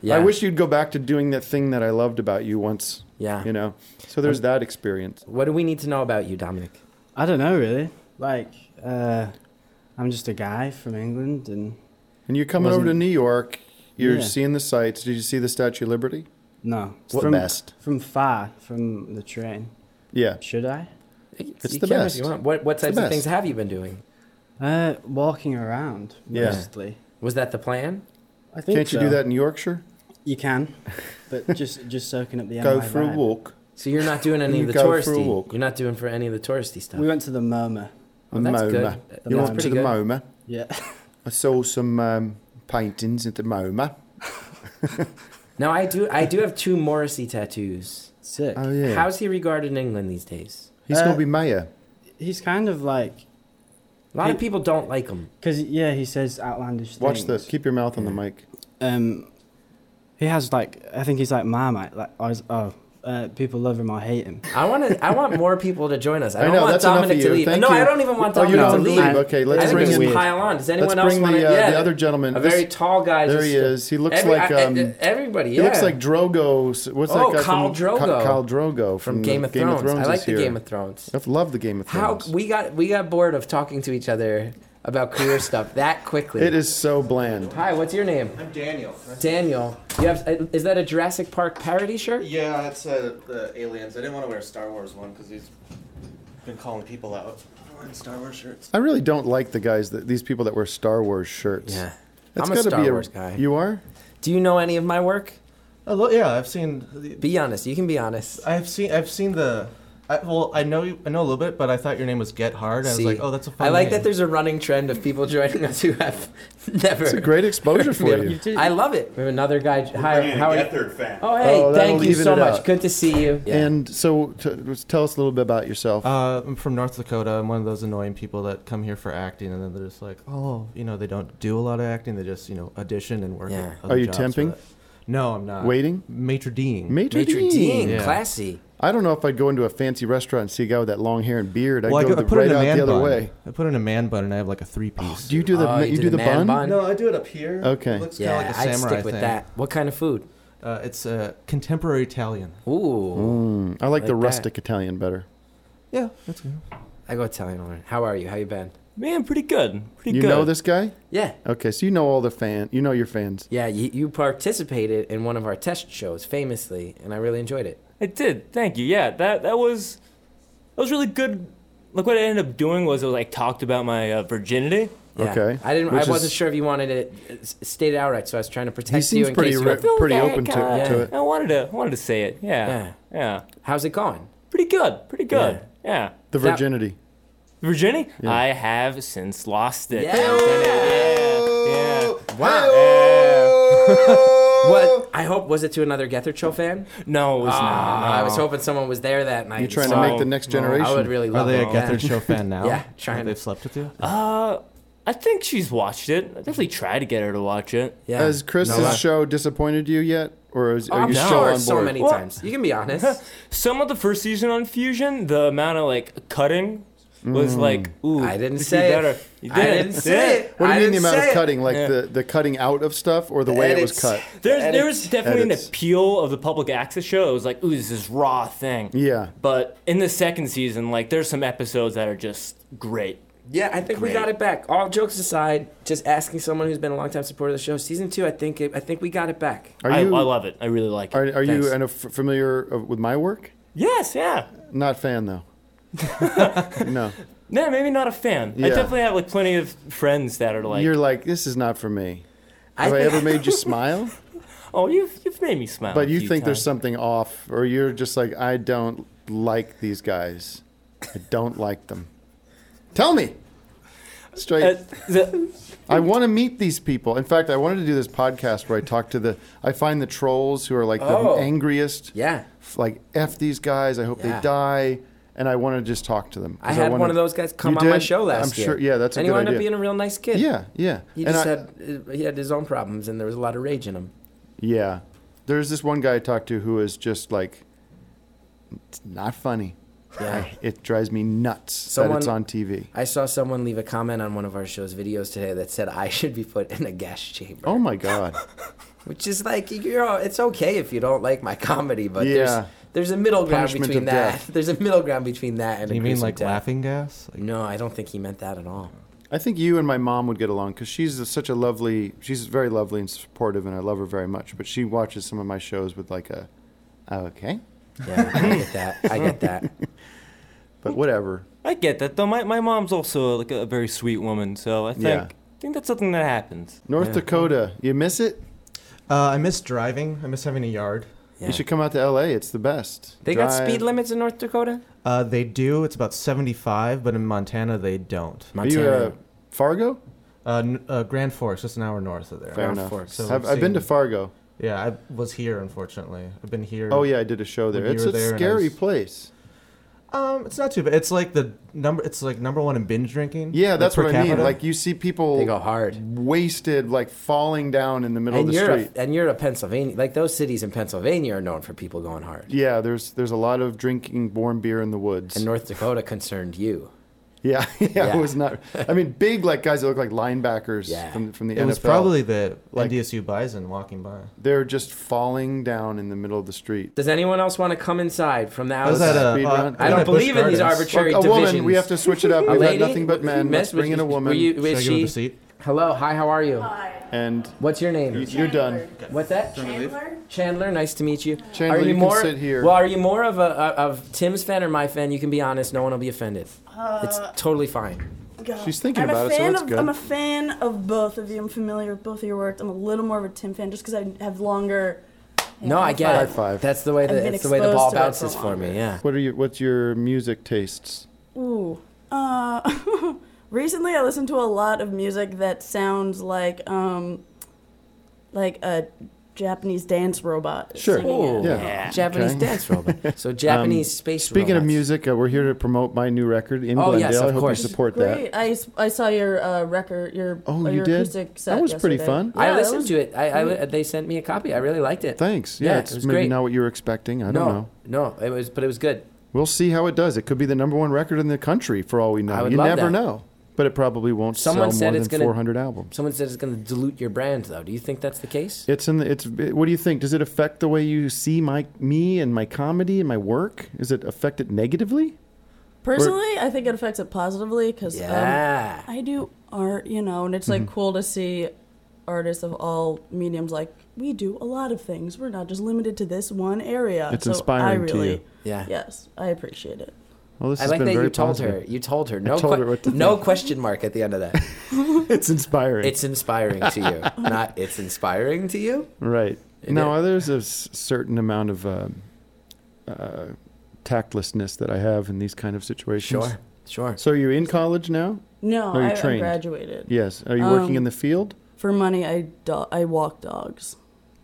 [SPEAKER 3] yeah.
[SPEAKER 2] I wish you'd go back to doing that thing that I loved about you once."
[SPEAKER 3] Yeah.
[SPEAKER 2] You know. So there's that experience.
[SPEAKER 3] What do we need to know about you, Dominic?
[SPEAKER 5] I don't know really. Like, uh, I'm just a guy from England, and
[SPEAKER 2] And you're coming over
[SPEAKER 5] Wasn't-
[SPEAKER 2] to New York. You're
[SPEAKER 5] Yeah.
[SPEAKER 2] seeing the sights. Did you see the Statue of Liberty?
[SPEAKER 5] no,
[SPEAKER 2] It's the
[SPEAKER 5] from
[SPEAKER 2] best.
[SPEAKER 5] from far from the train.
[SPEAKER 2] Yeah.
[SPEAKER 5] Should I?
[SPEAKER 2] It's
[SPEAKER 3] You
[SPEAKER 2] the
[SPEAKER 3] can if
[SPEAKER 2] best.
[SPEAKER 3] You want. What what types
[SPEAKER 2] the
[SPEAKER 3] of things
[SPEAKER 2] best.
[SPEAKER 3] have you been doing?
[SPEAKER 5] Uh, walking around
[SPEAKER 2] Yeah.
[SPEAKER 5] mostly.
[SPEAKER 3] Was that the plan?
[SPEAKER 5] I think
[SPEAKER 2] Can't you
[SPEAKER 5] so.
[SPEAKER 2] do that in Yorkshire?
[SPEAKER 5] You can, but just just soaking up the
[SPEAKER 2] go
[SPEAKER 5] NY
[SPEAKER 2] for a
[SPEAKER 5] vibe.
[SPEAKER 2] walk.
[SPEAKER 3] So you're not doing any
[SPEAKER 2] You
[SPEAKER 3] of the
[SPEAKER 2] go for a
[SPEAKER 3] touristy.
[SPEAKER 2] walk.
[SPEAKER 3] You're not doing for any of the touristy stuff.
[SPEAKER 5] We went to the MoMA.
[SPEAKER 3] Oh,
[SPEAKER 2] the
[SPEAKER 3] that's
[SPEAKER 2] MoMA.
[SPEAKER 3] good. That's
[SPEAKER 2] You went
[SPEAKER 3] pretty
[SPEAKER 2] to the
[SPEAKER 3] good.
[SPEAKER 2] MoMA.
[SPEAKER 5] Yeah.
[SPEAKER 2] I saw some um, paintings at the MoMA.
[SPEAKER 3] Now I do. I do have two Morrissey tattoos.
[SPEAKER 5] Sick.
[SPEAKER 2] Oh yeah,
[SPEAKER 3] How's he regarded in England these days?
[SPEAKER 2] he's
[SPEAKER 5] Uh,
[SPEAKER 2] gonna be mayor.
[SPEAKER 5] He's kind of like
[SPEAKER 3] A lot of
[SPEAKER 5] He-
[SPEAKER 3] people don't like him.
[SPEAKER 5] Because yeah, he says outlandish
[SPEAKER 2] Watch
[SPEAKER 5] things.
[SPEAKER 2] this. Keep your mouth on the mic.
[SPEAKER 5] Um, he has like I think he's like Marmite. Like or is- oh, uh, people love him or hate him.
[SPEAKER 3] I want to. I want more people to join us. I
[SPEAKER 2] I
[SPEAKER 3] don't
[SPEAKER 2] know,
[SPEAKER 3] want
[SPEAKER 2] that's enough
[SPEAKER 3] Dominic
[SPEAKER 2] of
[SPEAKER 3] to
[SPEAKER 2] you.
[SPEAKER 3] leave.
[SPEAKER 2] Thank
[SPEAKER 3] no, I
[SPEAKER 2] you.
[SPEAKER 3] don't even want
[SPEAKER 2] Oh, you
[SPEAKER 3] Dominic
[SPEAKER 2] don't
[SPEAKER 3] to
[SPEAKER 2] leave.
[SPEAKER 3] leave.
[SPEAKER 2] Okay, let's
[SPEAKER 3] I think
[SPEAKER 5] bring
[SPEAKER 3] we just
[SPEAKER 5] in-
[SPEAKER 3] pile on. Does anyone
[SPEAKER 2] Let's
[SPEAKER 3] else
[SPEAKER 2] bring
[SPEAKER 3] want to?
[SPEAKER 2] the, uh,
[SPEAKER 3] yeah,
[SPEAKER 2] the other gentleman.
[SPEAKER 3] A
[SPEAKER 2] This-
[SPEAKER 3] very tall guy.
[SPEAKER 2] there
[SPEAKER 3] just-
[SPEAKER 2] he is. He looks
[SPEAKER 3] Every-
[SPEAKER 2] like
[SPEAKER 3] I- I-
[SPEAKER 2] um,
[SPEAKER 3] everybody.
[SPEAKER 2] he
[SPEAKER 3] yeah.
[SPEAKER 2] looks like Drogo. s- What's
[SPEAKER 3] Oh,
[SPEAKER 2] that guy?
[SPEAKER 3] Khal
[SPEAKER 2] from, Ka-
[SPEAKER 3] Drogo.
[SPEAKER 2] Khal Drogo
[SPEAKER 3] from
[SPEAKER 2] the
[SPEAKER 3] Game of, Thrones. I
[SPEAKER 2] is
[SPEAKER 3] like the
[SPEAKER 2] here.
[SPEAKER 3] Game of Thrones.
[SPEAKER 2] I love the Game of
[SPEAKER 3] How
[SPEAKER 2] Thrones.
[SPEAKER 3] we got we got bored of talking to each other about career stuff that quickly.
[SPEAKER 2] It is so bland.
[SPEAKER 3] Hi, what's your name?
[SPEAKER 6] I'm Daniel.
[SPEAKER 3] Daniel. You have is that a Jurassic Park parody shirt?
[SPEAKER 6] Yeah, it's uh, the aliens. I didn't want to wear a Star Wars one because he's been calling people out for wearing Star Wars shirts.
[SPEAKER 2] I really don't like the guys that these people that wear Star Wars shirts.
[SPEAKER 3] Yeah.
[SPEAKER 2] That's
[SPEAKER 3] I'm a
[SPEAKER 2] gotta
[SPEAKER 3] Star
[SPEAKER 2] be
[SPEAKER 3] Wars guy.
[SPEAKER 2] You are?
[SPEAKER 3] Do you know any of my work?
[SPEAKER 6] Oh, look, yeah, I've seen. The,
[SPEAKER 3] Be honest. You can be honest.
[SPEAKER 6] I've seen. I've seen the. I, well, I know. you- I know a little bit, but I thought your name was Get Hard. I was
[SPEAKER 3] See,
[SPEAKER 6] like, oh, that's a fun.
[SPEAKER 3] I like
[SPEAKER 6] name.
[SPEAKER 3] that there's a running trend of people joining us who have never.
[SPEAKER 2] It's a great exposure for you.
[SPEAKER 3] I love it. We have another guy. Hi, how are you?
[SPEAKER 6] fan.
[SPEAKER 3] Oh, hey,
[SPEAKER 2] Oh, that'll
[SPEAKER 3] thank you
[SPEAKER 2] even
[SPEAKER 3] so
[SPEAKER 2] it
[SPEAKER 3] much.
[SPEAKER 2] out.
[SPEAKER 3] Good to see you.
[SPEAKER 2] And so, t- tell us a little bit about yourself.
[SPEAKER 6] Uh, I'm from North Dakota. I'm one of those annoying people that come here for acting, and then they're just like, oh, you know, they don't do a lot of acting. They just, you know, audition and work.
[SPEAKER 3] Yeah.
[SPEAKER 6] at other
[SPEAKER 2] Are you
[SPEAKER 6] jobs for
[SPEAKER 2] temping?
[SPEAKER 6] that. No, I'm not.
[SPEAKER 2] Waiting?
[SPEAKER 6] Maitre Dean.
[SPEAKER 2] Maitre,
[SPEAKER 3] Major
[SPEAKER 2] d'.
[SPEAKER 3] Dean,
[SPEAKER 6] Yeah.
[SPEAKER 3] classy.
[SPEAKER 2] I don't know if I'd go into a fancy restaurant and see a guy with that long hair and beard. I'd
[SPEAKER 6] Well, I,
[SPEAKER 2] go
[SPEAKER 6] go- I
[SPEAKER 2] the,
[SPEAKER 6] put
[SPEAKER 2] right
[SPEAKER 6] it in a
[SPEAKER 2] out
[SPEAKER 6] man
[SPEAKER 2] the other
[SPEAKER 6] bun.
[SPEAKER 2] way.
[SPEAKER 6] I put it in a man bun, and I have like a three piece.
[SPEAKER 2] Do you do the
[SPEAKER 3] Oh,
[SPEAKER 2] you, do
[SPEAKER 3] did
[SPEAKER 2] the
[SPEAKER 3] man
[SPEAKER 2] bun?
[SPEAKER 6] No, I do it up here.
[SPEAKER 2] Okay.
[SPEAKER 6] It looks
[SPEAKER 3] yeah,
[SPEAKER 6] kind of like a
[SPEAKER 3] I'd
[SPEAKER 6] samurai
[SPEAKER 3] stick with
[SPEAKER 6] thing.
[SPEAKER 3] that. What kind of food?
[SPEAKER 6] Uh, it's uh, contemporary Italian.
[SPEAKER 3] Ooh,
[SPEAKER 2] Mm, I like,
[SPEAKER 3] Like
[SPEAKER 2] the
[SPEAKER 3] that.
[SPEAKER 2] rustic Italian better.
[SPEAKER 6] Yeah, that's good.
[SPEAKER 3] I go Italian. on it. How are you? How you been?
[SPEAKER 7] Man, pretty good. Pretty
[SPEAKER 2] You
[SPEAKER 7] good.
[SPEAKER 2] know this guy?
[SPEAKER 3] Yeah,
[SPEAKER 2] Okay, so you know all the fan. You know your fans.
[SPEAKER 3] yeah. You, you participated in one of our test shows famously, and I really enjoyed it.
[SPEAKER 7] I did. Thank you. Yeah, that that was That was really good. Like what I ended up doing was I like talked about my uh, virginity.
[SPEAKER 3] Yeah.
[SPEAKER 2] Okay.
[SPEAKER 3] I didn't.
[SPEAKER 2] Which
[SPEAKER 3] I wasn't
[SPEAKER 2] is-
[SPEAKER 3] sure if you wanted it uh, s- stated outright, so I was trying to protect
[SPEAKER 2] He
[SPEAKER 3] you
[SPEAKER 2] seems
[SPEAKER 3] in
[SPEAKER 2] pretty
[SPEAKER 3] case you.
[SPEAKER 2] re-
[SPEAKER 3] were-
[SPEAKER 2] pretty open to,
[SPEAKER 3] guy.
[SPEAKER 2] to it.
[SPEAKER 7] I wanted to I wanted to say it. Yeah. Yeah.
[SPEAKER 3] How's it going?
[SPEAKER 7] Pretty good. Pretty good. Yeah.
[SPEAKER 2] The
[SPEAKER 3] That-
[SPEAKER 2] virginity.
[SPEAKER 7] Virginie, I have since lost it.
[SPEAKER 3] Yeah.
[SPEAKER 7] Yeah. yeah.
[SPEAKER 3] Wow.
[SPEAKER 2] Oh!
[SPEAKER 3] What? I hope was it to another Gethercho fan?
[SPEAKER 7] No, it was not.
[SPEAKER 3] Ah, I was hoping someone was there that night.
[SPEAKER 2] You're trying
[SPEAKER 3] so
[SPEAKER 2] to make the next generation.
[SPEAKER 3] I would really
[SPEAKER 6] Are
[SPEAKER 3] love
[SPEAKER 6] they a
[SPEAKER 3] it.
[SPEAKER 6] Gethard Show fan now?
[SPEAKER 3] Yeah, trying.
[SPEAKER 6] They've slept with you.
[SPEAKER 7] Uh, I think she's watched it. I definitely tried to get her to watch it.
[SPEAKER 3] Yeah.
[SPEAKER 2] Has Chris's
[SPEAKER 3] No, I-
[SPEAKER 2] show disappointed you yet, or is, are
[SPEAKER 3] I'm
[SPEAKER 2] you
[SPEAKER 7] no.
[SPEAKER 2] still on
[SPEAKER 3] sure
[SPEAKER 2] board?
[SPEAKER 3] so many
[SPEAKER 7] Well-
[SPEAKER 3] times. You can be honest.
[SPEAKER 7] Some of the first season on Fusion, the amount of like cutting
[SPEAKER 2] Mm.
[SPEAKER 7] was like, ooh,
[SPEAKER 3] I didn't
[SPEAKER 7] we could
[SPEAKER 3] say
[SPEAKER 7] do
[SPEAKER 3] it.
[SPEAKER 7] better. You
[SPEAKER 3] I
[SPEAKER 7] didn't.
[SPEAKER 3] didn't say it.
[SPEAKER 2] What do you
[SPEAKER 3] I
[SPEAKER 2] mean the
[SPEAKER 3] didn't
[SPEAKER 2] amount
[SPEAKER 3] say
[SPEAKER 2] of
[SPEAKER 3] it.
[SPEAKER 2] cutting, like
[SPEAKER 7] Yeah.
[SPEAKER 2] the, the cutting out of stuff, or the, way it was cut?
[SPEAKER 3] Edits.
[SPEAKER 7] There's there was definitely
[SPEAKER 2] Edits.
[SPEAKER 7] an appeal of the public access show. It was like, ooh, this is raw thing.
[SPEAKER 2] Yeah.
[SPEAKER 7] But in the second season, like, there's some episodes that are just great.
[SPEAKER 3] Yeah, I think we got
[SPEAKER 7] Great.
[SPEAKER 3] it back. All jokes aside, just asking someone who's been a longtime supporter of the show, season two, I think it, I think we got it back.
[SPEAKER 2] Are
[SPEAKER 7] I,
[SPEAKER 2] you
[SPEAKER 7] I love it. I really like it.
[SPEAKER 2] are, are you
[SPEAKER 7] Thanks.
[SPEAKER 2] and a f- familiar of, with my work?
[SPEAKER 7] Yes. Yeah.
[SPEAKER 2] Not fan though. no,
[SPEAKER 7] No, maybe not a fan.
[SPEAKER 2] Yeah.
[SPEAKER 7] I definitely have like plenty of friends that are like,
[SPEAKER 2] you're like this is not for me.
[SPEAKER 3] I
[SPEAKER 2] Have I,
[SPEAKER 3] think-
[SPEAKER 2] ever made you smile?
[SPEAKER 7] oh, you've you've made me smile.
[SPEAKER 2] But
[SPEAKER 7] a
[SPEAKER 2] you
[SPEAKER 7] few
[SPEAKER 2] think there's
[SPEAKER 7] times.
[SPEAKER 2] something off, or you're just like I don't like these guys. I don't like them. Tell me straight.
[SPEAKER 7] Uh, the-
[SPEAKER 2] I want to meet these people. In fact, I wanted to do this podcast where I talk to the. I find the trolls who are like
[SPEAKER 3] Oh.
[SPEAKER 2] the angriest.
[SPEAKER 3] Yeah.
[SPEAKER 2] F- Like f these guys. I hope
[SPEAKER 3] Yeah.
[SPEAKER 2] they die. And I want to just talk to them.
[SPEAKER 3] I
[SPEAKER 2] 'Cause
[SPEAKER 3] had
[SPEAKER 2] wanna-
[SPEAKER 3] one of those guys come
[SPEAKER 2] You
[SPEAKER 3] on my
[SPEAKER 2] did?
[SPEAKER 3] show last
[SPEAKER 2] I'm
[SPEAKER 3] year.
[SPEAKER 2] sure. Yeah, that's a
[SPEAKER 3] and
[SPEAKER 2] good
[SPEAKER 3] he wound
[SPEAKER 2] idea.
[SPEAKER 3] up being a real nice kid.
[SPEAKER 2] yeah, yeah.
[SPEAKER 3] He
[SPEAKER 2] And
[SPEAKER 3] just
[SPEAKER 2] I-
[SPEAKER 3] had uh, he had his own problems, and there was a lot of rage in him.
[SPEAKER 2] Yeah, there's this one guy I talked to who is just like, it's not funny.
[SPEAKER 3] Yeah.
[SPEAKER 2] It drives me nuts that it's
[SPEAKER 3] Someone-
[SPEAKER 2] on TV.
[SPEAKER 3] I saw someone leave a comment on one of our show's videos today that said I should be put in a gas chamber,
[SPEAKER 2] Oh my god.
[SPEAKER 3] which is like you know it's okay if you don't like my comedy, but
[SPEAKER 2] Yeah.
[SPEAKER 3] there's there's a middle ground
[SPEAKER 2] Punishment
[SPEAKER 3] between
[SPEAKER 2] of
[SPEAKER 3] that.
[SPEAKER 2] death.
[SPEAKER 3] There's a middle ground between that and
[SPEAKER 6] Do you
[SPEAKER 3] a
[SPEAKER 6] mean
[SPEAKER 3] gruesome
[SPEAKER 6] like
[SPEAKER 3] death.
[SPEAKER 6] laughing gas? Like,
[SPEAKER 3] No, I don't think he meant that at all.
[SPEAKER 2] I think you and my mom would get along because she's a- such a lovely. She's very lovely and supportive, and I love her very much. But she watches some of my shows with like a, okay,
[SPEAKER 3] Yeah, I get that. I get that.
[SPEAKER 2] but whatever.
[SPEAKER 7] I get that though. My my mom's also like a very sweet woman, so I think
[SPEAKER 2] Yeah.
[SPEAKER 7] I think that's something that happens.
[SPEAKER 2] North Dakota, you miss it?
[SPEAKER 6] Uh, I miss driving. I miss having a yard.
[SPEAKER 3] Yeah.
[SPEAKER 2] You should come out to L.A. It's the best.
[SPEAKER 3] They got
[SPEAKER 2] Drive.
[SPEAKER 3] speed limits in North Dakota.
[SPEAKER 6] Uh, they do. It's about 75, but in Montana they don't.
[SPEAKER 2] Are you
[SPEAKER 3] Montana.
[SPEAKER 2] uh, Fargo?
[SPEAKER 6] Uh, n- uh, Grand Forks, just an hour north of there.
[SPEAKER 2] Fair enough.
[SPEAKER 3] Forks.
[SPEAKER 6] So
[SPEAKER 2] I've,
[SPEAKER 6] we've
[SPEAKER 2] I've been to
[SPEAKER 6] seen-
[SPEAKER 2] Fargo.
[SPEAKER 6] Yeah, I was here unfortunately. I've been here.
[SPEAKER 2] Oh yeah, I did a show there.
[SPEAKER 6] When you
[SPEAKER 2] It's
[SPEAKER 6] were
[SPEAKER 2] a
[SPEAKER 6] there and I
[SPEAKER 2] scary
[SPEAKER 6] was-
[SPEAKER 2] place.
[SPEAKER 6] Um, it's not too bad. It's like the number. It's like number one in binge drinking.
[SPEAKER 2] Yeah,
[SPEAKER 6] like,
[SPEAKER 2] that's
[SPEAKER 6] per
[SPEAKER 2] what I mean.
[SPEAKER 6] capita.
[SPEAKER 2] Like you see people
[SPEAKER 3] They go hard.
[SPEAKER 2] wasted, like falling down in the middle
[SPEAKER 3] And
[SPEAKER 2] of the
[SPEAKER 3] you're a,
[SPEAKER 2] street.
[SPEAKER 3] and you're a Pennsylvania. Like those cities in Pennsylvania are known for people going hard.
[SPEAKER 2] Yeah, there's there's a lot of drinking warm beer in the woods.
[SPEAKER 3] And North Dakota concerned you.
[SPEAKER 2] yeah, yeah,
[SPEAKER 3] Yeah.
[SPEAKER 2] it was not. I mean, big like guys that look like linebackers
[SPEAKER 3] Yeah.
[SPEAKER 2] from from the
[SPEAKER 6] it
[SPEAKER 2] NFL.
[SPEAKER 6] was probably the
[SPEAKER 2] Like-
[SPEAKER 6] NDSU Bison walking by.
[SPEAKER 2] they're just falling down in the middle of the street.
[SPEAKER 3] Does anyone else want to come inside from the
[SPEAKER 6] I was
[SPEAKER 3] outside?
[SPEAKER 6] at a.
[SPEAKER 2] Speed
[SPEAKER 6] uh,
[SPEAKER 2] round?
[SPEAKER 6] I
[SPEAKER 3] I
[SPEAKER 6] was
[SPEAKER 3] don't
[SPEAKER 6] at Busch
[SPEAKER 3] believe in these
[SPEAKER 6] Gardens.
[SPEAKER 3] arbitrary
[SPEAKER 2] a
[SPEAKER 3] divisions.
[SPEAKER 2] woman. We have to switch it up.
[SPEAKER 3] A
[SPEAKER 2] We've
[SPEAKER 3] lady?
[SPEAKER 2] had nothing but men.
[SPEAKER 3] Mess
[SPEAKER 2] Let's
[SPEAKER 3] with-
[SPEAKER 2] bring in a woman.
[SPEAKER 3] Were you,
[SPEAKER 6] Should I
[SPEAKER 3] was
[SPEAKER 6] give her
[SPEAKER 3] she?
[SPEAKER 6] the seat?
[SPEAKER 3] Hello, hi. How are you?
[SPEAKER 8] Hi.
[SPEAKER 2] and
[SPEAKER 3] What's your name?
[SPEAKER 2] you're done.
[SPEAKER 3] What's that?
[SPEAKER 8] Chandler?
[SPEAKER 3] Chandler, nice to meet you.
[SPEAKER 2] Chandler,
[SPEAKER 3] are you,
[SPEAKER 2] you can
[SPEAKER 3] more,
[SPEAKER 2] sit here.
[SPEAKER 3] Well, are you more of a of Tim's fan or my fan? You can be honest. No one will be offended. it's
[SPEAKER 8] Uh,
[SPEAKER 3] totally fine.
[SPEAKER 8] Go.
[SPEAKER 2] She's thinking
[SPEAKER 8] I'm
[SPEAKER 2] about it,
[SPEAKER 8] a
[SPEAKER 2] so
[SPEAKER 8] fan
[SPEAKER 2] that's
[SPEAKER 8] of,
[SPEAKER 2] good.
[SPEAKER 8] I'm a fan of both of you. I'm familiar with both of your work. I'm a little more of a Tim fan just because I have longer.
[SPEAKER 3] No, I get
[SPEAKER 2] High
[SPEAKER 3] it.
[SPEAKER 2] five.
[SPEAKER 3] That's the way the,
[SPEAKER 8] I've been
[SPEAKER 3] that's the way the
[SPEAKER 8] exposed
[SPEAKER 3] ball
[SPEAKER 8] to it for
[SPEAKER 3] bounces for me.
[SPEAKER 8] longer.
[SPEAKER 3] Yeah.
[SPEAKER 2] What are you? What's your music tastes?
[SPEAKER 8] Ooh. Uh, recently, I listened to a lot of music that sounds like um, like a Japanese dance robot. is
[SPEAKER 2] Sure.
[SPEAKER 8] singing it.
[SPEAKER 2] Yeah. Okay.
[SPEAKER 3] Japanese
[SPEAKER 2] Um,
[SPEAKER 3] dance robot. So Japanese space.
[SPEAKER 2] Speaking of
[SPEAKER 3] robots.
[SPEAKER 2] music, uh, we're here to promote my new record in
[SPEAKER 3] Oh,
[SPEAKER 2] Glendale.
[SPEAKER 3] yes,
[SPEAKER 2] I
[SPEAKER 3] of
[SPEAKER 2] hope
[SPEAKER 3] course.
[SPEAKER 2] you support that.
[SPEAKER 8] Great. I, s- I saw your uh, record, your
[SPEAKER 2] Oh,
[SPEAKER 8] uh,
[SPEAKER 2] you
[SPEAKER 8] your
[SPEAKER 2] did?
[SPEAKER 8] acoustic set
[SPEAKER 2] That was pretty
[SPEAKER 8] yesterday.
[SPEAKER 2] fun.
[SPEAKER 8] Yeah,
[SPEAKER 3] I
[SPEAKER 8] that
[SPEAKER 3] listened
[SPEAKER 8] was-
[SPEAKER 3] to it. I, I li- they sent me a copy. I really liked it.
[SPEAKER 2] Thanks. Yeah,
[SPEAKER 3] Yeah,
[SPEAKER 2] it's
[SPEAKER 3] it was
[SPEAKER 2] maybe
[SPEAKER 3] great.
[SPEAKER 2] not what you were expecting. I
[SPEAKER 3] no,
[SPEAKER 2] don't know.
[SPEAKER 3] no, it was, but it was good.
[SPEAKER 2] We'll see how it does. It could be the number one record in the country for all we know.
[SPEAKER 3] I would
[SPEAKER 2] you
[SPEAKER 3] love
[SPEAKER 2] never
[SPEAKER 3] that.
[SPEAKER 2] know. But it probably won't
[SPEAKER 3] Someone
[SPEAKER 2] sell
[SPEAKER 3] said
[SPEAKER 2] more
[SPEAKER 3] it's
[SPEAKER 2] than
[SPEAKER 3] gonna-
[SPEAKER 2] 400 albums.
[SPEAKER 3] Someone said it's going to dilute your brand, though. Do you think that's the case?
[SPEAKER 2] It's in the, it's what do you think? Does it affect the way you see my me and my comedy and my work? Is it affect it negatively?
[SPEAKER 8] Personally, I think it affects it positively um, because
[SPEAKER 3] Yeah.
[SPEAKER 8] I do art, you know, and it's like
[SPEAKER 2] Mm-hmm.
[SPEAKER 8] cool to see artists of all mediums. Like we do a lot of things. We're not just limited to this one area.
[SPEAKER 2] It's
[SPEAKER 8] so I
[SPEAKER 2] inspiring to
[SPEAKER 8] really,
[SPEAKER 2] you.
[SPEAKER 3] Yeah.
[SPEAKER 8] Yes, I appreciate it.
[SPEAKER 2] Well, this
[SPEAKER 3] I
[SPEAKER 2] has
[SPEAKER 3] like
[SPEAKER 2] been
[SPEAKER 3] that
[SPEAKER 2] very
[SPEAKER 3] you told
[SPEAKER 2] positive.
[SPEAKER 3] her. You told her. No,
[SPEAKER 2] told
[SPEAKER 3] que-
[SPEAKER 2] her what to
[SPEAKER 3] no question mark at the end of that.
[SPEAKER 2] It's inspiring.
[SPEAKER 3] It's inspiring to you, not it's inspiring to you.
[SPEAKER 2] right.
[SPEAKER 3] It
[SPEAKER 2] No, there's a s- certain amount of uh, uh, tactlessness that I have in these kind of situations.
[SPEAKER 3] Sure, sure.
[SPEAKER 2] So are you in college now?
[SPEAKER 8] No,
[SPEAKER 2] Are you
[SPEAKER 8] I, I
[SPEAKER 2] trained?
[SPEAKER 8] graduated.
[SPEAKER 2] Yes. Are you working
[SPEAKER 8] Um,
[SPEAKER 2] in the field?
[SPEAKER 8] For money, I do- I walk dogs.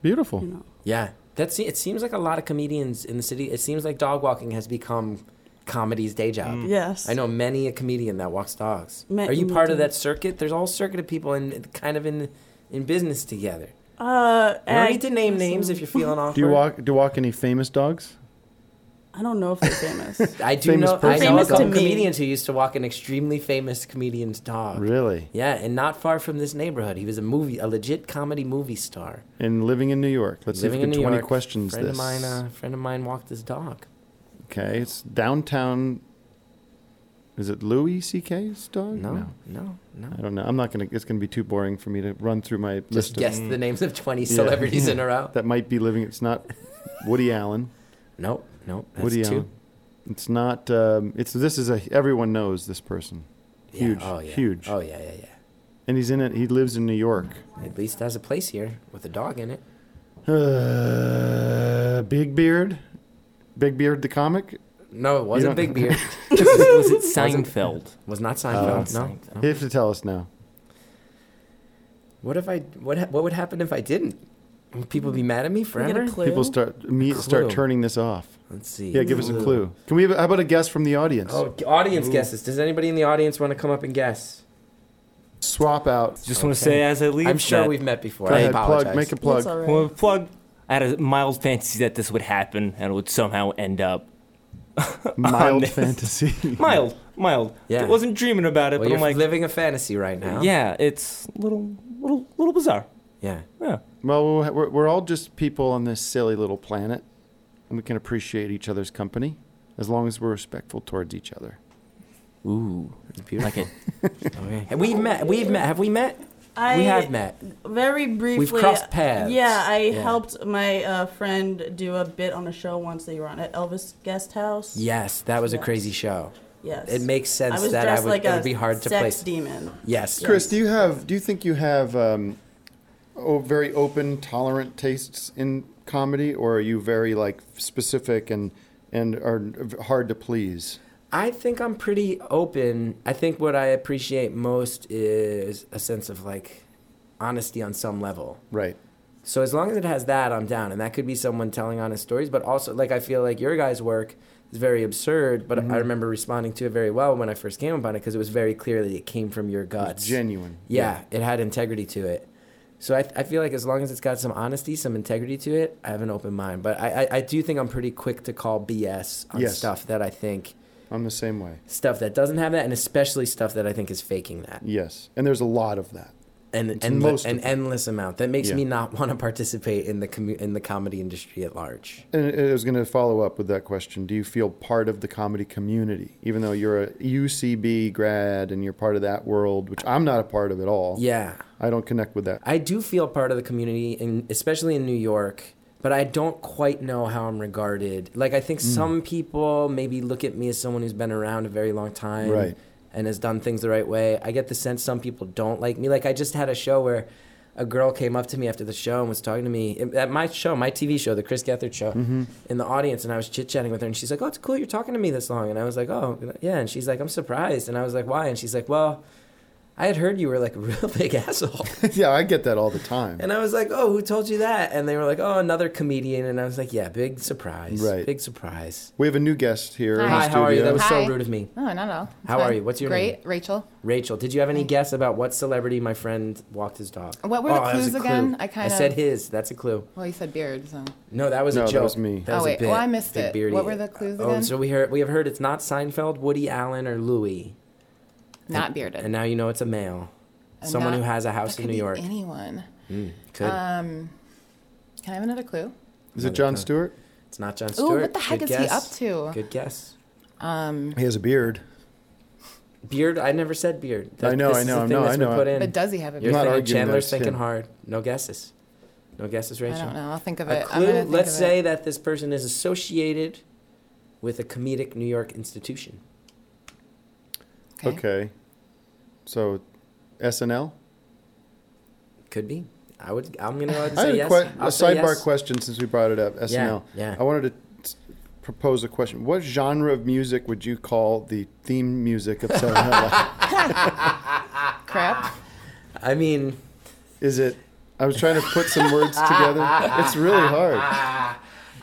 [SPEAKER 2] Beautiful.
[SPEAKER 8] You know,
[SPEAKER 3] Yeah, that's it. Seems like a lot of comedians in the city. It seems like dog walking has become comedy's day job.
[SPEAKER 2] Mm.
[SPEAKER 8] yes.
[SPEAKER 3] Mm. I know many a comedian that walks dogs.
[SPEAKER 8] Ma-
[SPEAKER 3] Are you
[SPEAKER 8] me
[SPEAKER 3] part of
[SPEAKER 8] too.
[SPEAKER 3] that circuit? There's a whole circuit of people in kind of in in business together.
[SPEAKER 8] Uh,
[SPEAKER 3] You don't
[SPEAKER 8] I
[SPEAKER 3] need to name
[SPEAKER 8] guess
[SPEAKER 3] names
[SPEAKER 8] I'm-
[SPEAKER 3] if you're feeling awkward.
[SPEAKER 2] Do you walk? Do you walk any famous dogs?
[SPEAKER 8] I don't know if they're famous.
[SPEAKER 3] I do
[SPEAKER 2] famous
[SPEAKER 3] know.
[SPEAKER 2] person?
[SPEAKER 3] I know
[SPEAKER 8] Famous to
[SPEAKER 3] some
[SPEAKER 8] me.
[SPEAKER 3] comedians who used to walk an extremely famous comedian's dog.
[SPEAKER 2] Really?
[SPEAKER 3] Yeah, and not far from this neighborhood, he was a movie, a legit comedy movie star.
[SPEAKER 2] And living in New York. Let's
[SPEAKER 3] Living
[SPEAKER 2] see if
[SPEAKER 3] in
[SPEAKER 2] we can
[SPEAKER 3] New
[SPEAKER 2] twenty
[SPEAKER 3] York,
[SPEAKER 2] questions.
[SPEAKER 3] friend
[SPEAKER 2] this.
[SPEAKER 3] of mine, uh, friend of mine walked his dog.
[SPEAKER 2] okay. It's downtown. Is it Louis C.K.'s dog?
[SPEAKER 3] No, no, no.
[SPEAKER 2] Mm-hmm. I don't know. I'm not gonna. It's gonna be too boring for me to run through my list.
[SPEAKER 3] Just guess
[SPEAKER 2] of,
[SPEAKER 3] the names of 20 celebrities in a row.
[SPEAKER 2] That might be living. It's not Woody Allen.
[SPEAKER 3] Nope, nope. That's
[SPEAKER 2] Woody
[SPEAKER 3] two.
[SPEAKER 2] Allen. It's not. Um, it's this is a. Everyone knows this person,
[SPEAKER 3] Yeah,
[SPEAKER 2] Huge,
[SPEAKER 3] oh, yeah.
[SPEAKER 2] huge.
[SPEAKER 3] Oh, yeah, yeah, yeah.
[SPEAKER 2] and he's in it. He lives in New York.
[SPEAKER 3] At least has a place here with a dog in it.
[SPEAKER 2] Uh, Big Beard, Big Beard the comic.
[SPEAKER 3] No, it
[SPEAKER 2] don't-
[SPEAKER 3] wasn't Big Beard.
[SPEAKER 7] was it Seinfeld?
[SPEAKER 3] was not Seinfeld.
[SPEAKER 7] Uh,
[SPEAKER 3] no.
[SPEAKER 2] You have to tell us now.
[SPEAKER 3] What if I? What ha- What would happen if I didn't? Would people be mad at me
[SPEAKER 8] Can I get
[SPEAKER 3] forever?
[SPEAKER 8] a clue?
[SPEAKER 2] People start me start
[SPEAKER 3] clue.
[SPEAKER 2] turning this off.
[SPEAKER 3] Let's see.
[SPEAKER 2] Yeah, give us a clue. Can we? Have, how about a guess from the audience?
[SPEAKER 3] Oh, audience guesses. Does anybody in the audience want to come up and guess?
[SPEAKER 2] Swap out.
[SPEAKER 7] Just want to say as I leave,
[SPEAKER 3] I'm sure
[SPEAKER 7] that-
[SPEAKER 3] we've met before.
[SPEAKER 2] Go
[SPEAKER 3] I
[SPEAKER 2] ahead.
[SPEAKER 3] apologize.
[SPEAKER 2] Plug. Make a
[SPEAKER 8] That's
[SPEAKER 2] plug.
[SPEAKER 8] all right.
[SPEAKER 7] Well, plug. I had a mild fantasy that this would happen and it would somehow end up
[SPEAKER 2] Mild
[SPEAKER 7] this.
[SPEAKER 2] fantasy.
[SPEAKER 7] mild, mild.
[SPEAKER 3] Yeah.
[SPEAKER 7] I wasn't dreaming about it,
[SPEAKER 3] well,
[SPEAKER 7] but
[SPEAKER 3] you're
[SPEAKER 7] I'm like,
[SPEAKER 3] living a fantasy right now.
[SPEAKER 7] yeah, it's little, little, little bizarre.
[SPEAKER 3] Yeah.
[SPEAKER 7] Yeah.
[SPEAKER 2] Well, we're, we're all just people on this silly little planet, and we can appreciate each other's company as long as we're respectful towards each other.
[SPEAKER 7] Ooh, it's beautiful. Like it.
[SPEAKER 3] Okay. Have we met? We've met. Have we met?
[SPEAKER 8] I
[SPEAKER 3] we have met.
[SPEAKER 8] very briefly.
[SPEAKER 3] crossed paths.
[SPEAKER 8] Yeah, I
[SPEAKER 3] Yeah.
[SPEAKER 8] helped my uh, friend do a bit on a show once they were on at Elvis Guest House.
[SPEAKER 3] Yes, that was a
[SPEAKER 8] Yes.
[SPEAKER 3] crazy show.
[SPEAKER 8] Yes.
[SPEAKER 3] It makes sense
[SPEAKER 8] I was
[SPEAKER 3] that I
[SPEAKER 8] dressed
[SPEAKER 3] would-
[SPEAKER 8] like
[SPEAKER 3] it
[SPEAKER 8] a
[SPEAKER 3] would be hard to
[SPEAKER 8] sex
[SPEAKER 3] place.
[SPEAKER 8] demon.
[SPEAKER 3] Yes.
[SPEAKER 2] Chris, do you have? Do you think you have um, oh, very open, tolerant tastes in comedy, or are you very like specific and and are hard to please?
[SPEAKER 3] I think I'm pretty open. I think what I appreciate most is a sense of like honesty on some level.
[SPEAKER 2] Right.
[SPEAKER 3] So as long as it has that, I'm down. And that could be someone telling honest stories, but also like I feel like your guys' work is very absurd, but I remember responding to it very well when I first came upon it because it was very clearly it came from your guts.
[SPEAKER 2] Genuine.
[SPEAKER 3] Yeah, it had integrity to it. So I, I feel like as long as it's got some honesty, some integrity to it, I have an open mind. But I, I, I do think I'm pretty quick to call BS on
[SPEAKER 2] Yes.
[SPEAKER 3] stuff that I think
[SPEAKER 2] I'm the same way.
[SPEAKER 3] stuff that doesn't have that, and especially stuff that I think is faking that,
[SPEAKER 2] Yes. And there's a lot of that.
[SPEAKER 3] and
[SPEAKER 2] It's
[SPEAKER 3] and
[SPEAKER 2] most
[SPEAKER 3] an
[SPEAKER 2] of it.
[SPEAKER 3] endless amount that makes
[SPEAKER 2] Yeah.
[SPEAKER 3] me not want to participate in the commu- in the comedy industry at large.
[SPEAKER 2] And I was going to follow up with that question. Do you feel part of the comedy community, even though you're a UCB grad and you're part of that world, which I'm not a part of at all?
[SPEAKER 3] Yeah,
[SPEAKER 2] I don't connect with that.
[SPEAKER 3] I do feel part of the community, and especially in New York. But I don't quite know how I'm regarded. Like I think some people maybe look at me as someone who's been around a very long time,
[SPEAKER 2] Right.
[SPEAKER 3] and has done things the right way. I get the sense some people don't like me. Like I just had a show where a girl came up to me after the show and was talking to me at my show, my TV show, the Chris Gethard show, in the audience, and I was chit chatting with her, and she's like, "Oh, it's cool you're talking to me this long," and I was like, "Oh, yeah," and she's like, "I'm surprised," and I was like, "Why?" and she's like, "Well." I had heard you were like a real big asshole.
[SPEAKER 2] yeah, I get that all the time.
[SPEAKER 3] And I was like, "Oh, who told you that?" And they were like, "Oh, another comedian." And I was like, "Yeah, big surprise,
[SPEAKER 2] Right.
[SPEAKER 3] big surprise."
[SPEAKER 2] We have a new guest here in the
[SPEAKER 3] Hi, how are you?
[SPEAKER 2] studio.
[SPEAKER 3] That was
[SPEAKER 9] Hi.
[SPEAKER 3] so rude of me,
[SPEAKER 9] No, not at all.
[SPEAKER 3] How
[SPEAKER 9] Fine.
[SPEAKER 3] are you? What's your
[SPEAKER 9] Great,
[SPEAKER 3] name?
[SPEAKER 9] Rachel.
[SPEAKER 3] Rachel. Did you have any guess about what celebrity my friend walked his dog?
[SPEAKER 9] What were the
[SPEAKER 3] Oh, that was
[SPEAKER 9] clues
[SPEAKER 3] a
[SPEAKER 9] again?
[SPEAKER 3] clue.
[SPEAKER 9] I kind
[SPEAKER 3] I
[SPEAKER 9] of-
[SPEAKER 3] said his. That's a clue.
[SPEAKER 9] Well, you said beard, so.
[SPEAKER 3] No, that was
[SPEAKER 2] No,
[SPEAKER 3] a
[SPEAKER 2] that
[SPEAKER 3] joke.
[SPEAKER 2] was me.
[SPEAKER 3] That
[SPEAKER 9] Oh,
[SPEAKER 3] was a
[SPEAKER 9] wait.
[SPEAKER 3] bit.
[SPEAKER 9] Well, I missed
[SPEAKER 3] Big
[SPEAKER 9] it.
[SPEAKER 3] beardy.
[SPEAKER 9] What were the clues
[SPEAKER 3] Oh,
[SPEAKER 9] again?
[SPEAKER 3] so we heard we have heard it's not Seinfeld, Woody Allen, or Louis,
[SPEAKER 9] Not bearded.
[SPEAKER 3] and now you know it's a male,
[SPEAKER 9] I'm
[SPEAKER 3] someone
[SPEAKER 9] not-
[SPEAKER 3] who has a
[SPEAKER 9] that
[SPEAKER 3] house in
[SPEAKER 9] could
[SPEAKER 3] New
[SPEAKER 9] be
[SPEAKER 3] York. Hmm,
[SPEAKER 9] Anyone.
[SPEAKER 3] Could
[SPEAKER 9] Um, can I have another clue?
[SPEAKER 2] Is it John Stewart?
[SPEAKER 3] it's not John
[SPEAKER 9] Ooh,
[SPEAKER 3] Stewart?
[SPEAKER 9] what the heck
[SPEAKER 3] Good
[SPEAKER 9] is
[SPEAKER 3] guess.
[SPEAKER 9] he up to?
[SPEAKER 3] Good guess.
[SPEAKER 9] Um,
[SPEAKER 2] He has a beard.
[SPEAKER 3] Beard. I never said beard.
[SPEAKER 2] I know,
[SPEAKER 3] This
[SPEAKER 2] I
[SPEAKER 3] is
[SPEAKER 2] know, I
[SPEAKER 3] the
[SPEAKER 2] know,
[SPEAKER 3] thing that's
[SPEAKER 2] I
[SPEAKER 3] been
[SPEAKER 2] know.
[SPEAKER 3] put in.
[SPEAKER 9] but does he have a
[SPEAKER 3] You're
[SPEAKER 9] beard?
[SPEAKER 2] not
[SPEAKER 3] thinking
[SPEAKER 2] arguing that
[SPEAKER 3] Chandler's
[SPEAKER 2] it's
[SPEAKER 3] thinking
[SPEAKER 2] him.
[SPEAKER 3] hard. No guesses. No guesses,
[SPEAKER 9] I
[SPEAKER 3] Rachel.
[SPEAKER 9] don't know. I'll think of it.
[SPEAKER 3] A
[SPEAKER 9] I'm
[SPEAKER 3] clue.
[SPEAKER 9] gonna think
[SPEAKER 3] Let's
[SPEAKER 9] of it.
[SPEAKER 3] say that this person is associated with a comedic New York institution.
[SPEAKER 9] Okay.
[SPEAKER 2] Okay. So, SNL.
[SPEAKER 3] Could be. I would. I'm gonna go ahead and
[SPEAKER 2] I
[SPEAKER 3] say
[SPEAKER 2] had
[SPEAKER 3] yes.
[SPEAKER 2] a, que- a
[SPEAKER 3] I'll say
[SPEAKER 2] sidebar
[SPEAKER 3] yes.
[SPEAKER 2] question since we brought it up. SNL.
[SPEAKER 3] yeah.
[SPEAKER 2] I wanted to s- propose a question. What genre of music would you call the theme music of Saturday Night Live?
[SPEAKER 9] Crap.
[SPEAKER 3] Ah, I mean,
[SPEAKER 2] Is it? I was trying to put some words together. It's really hard.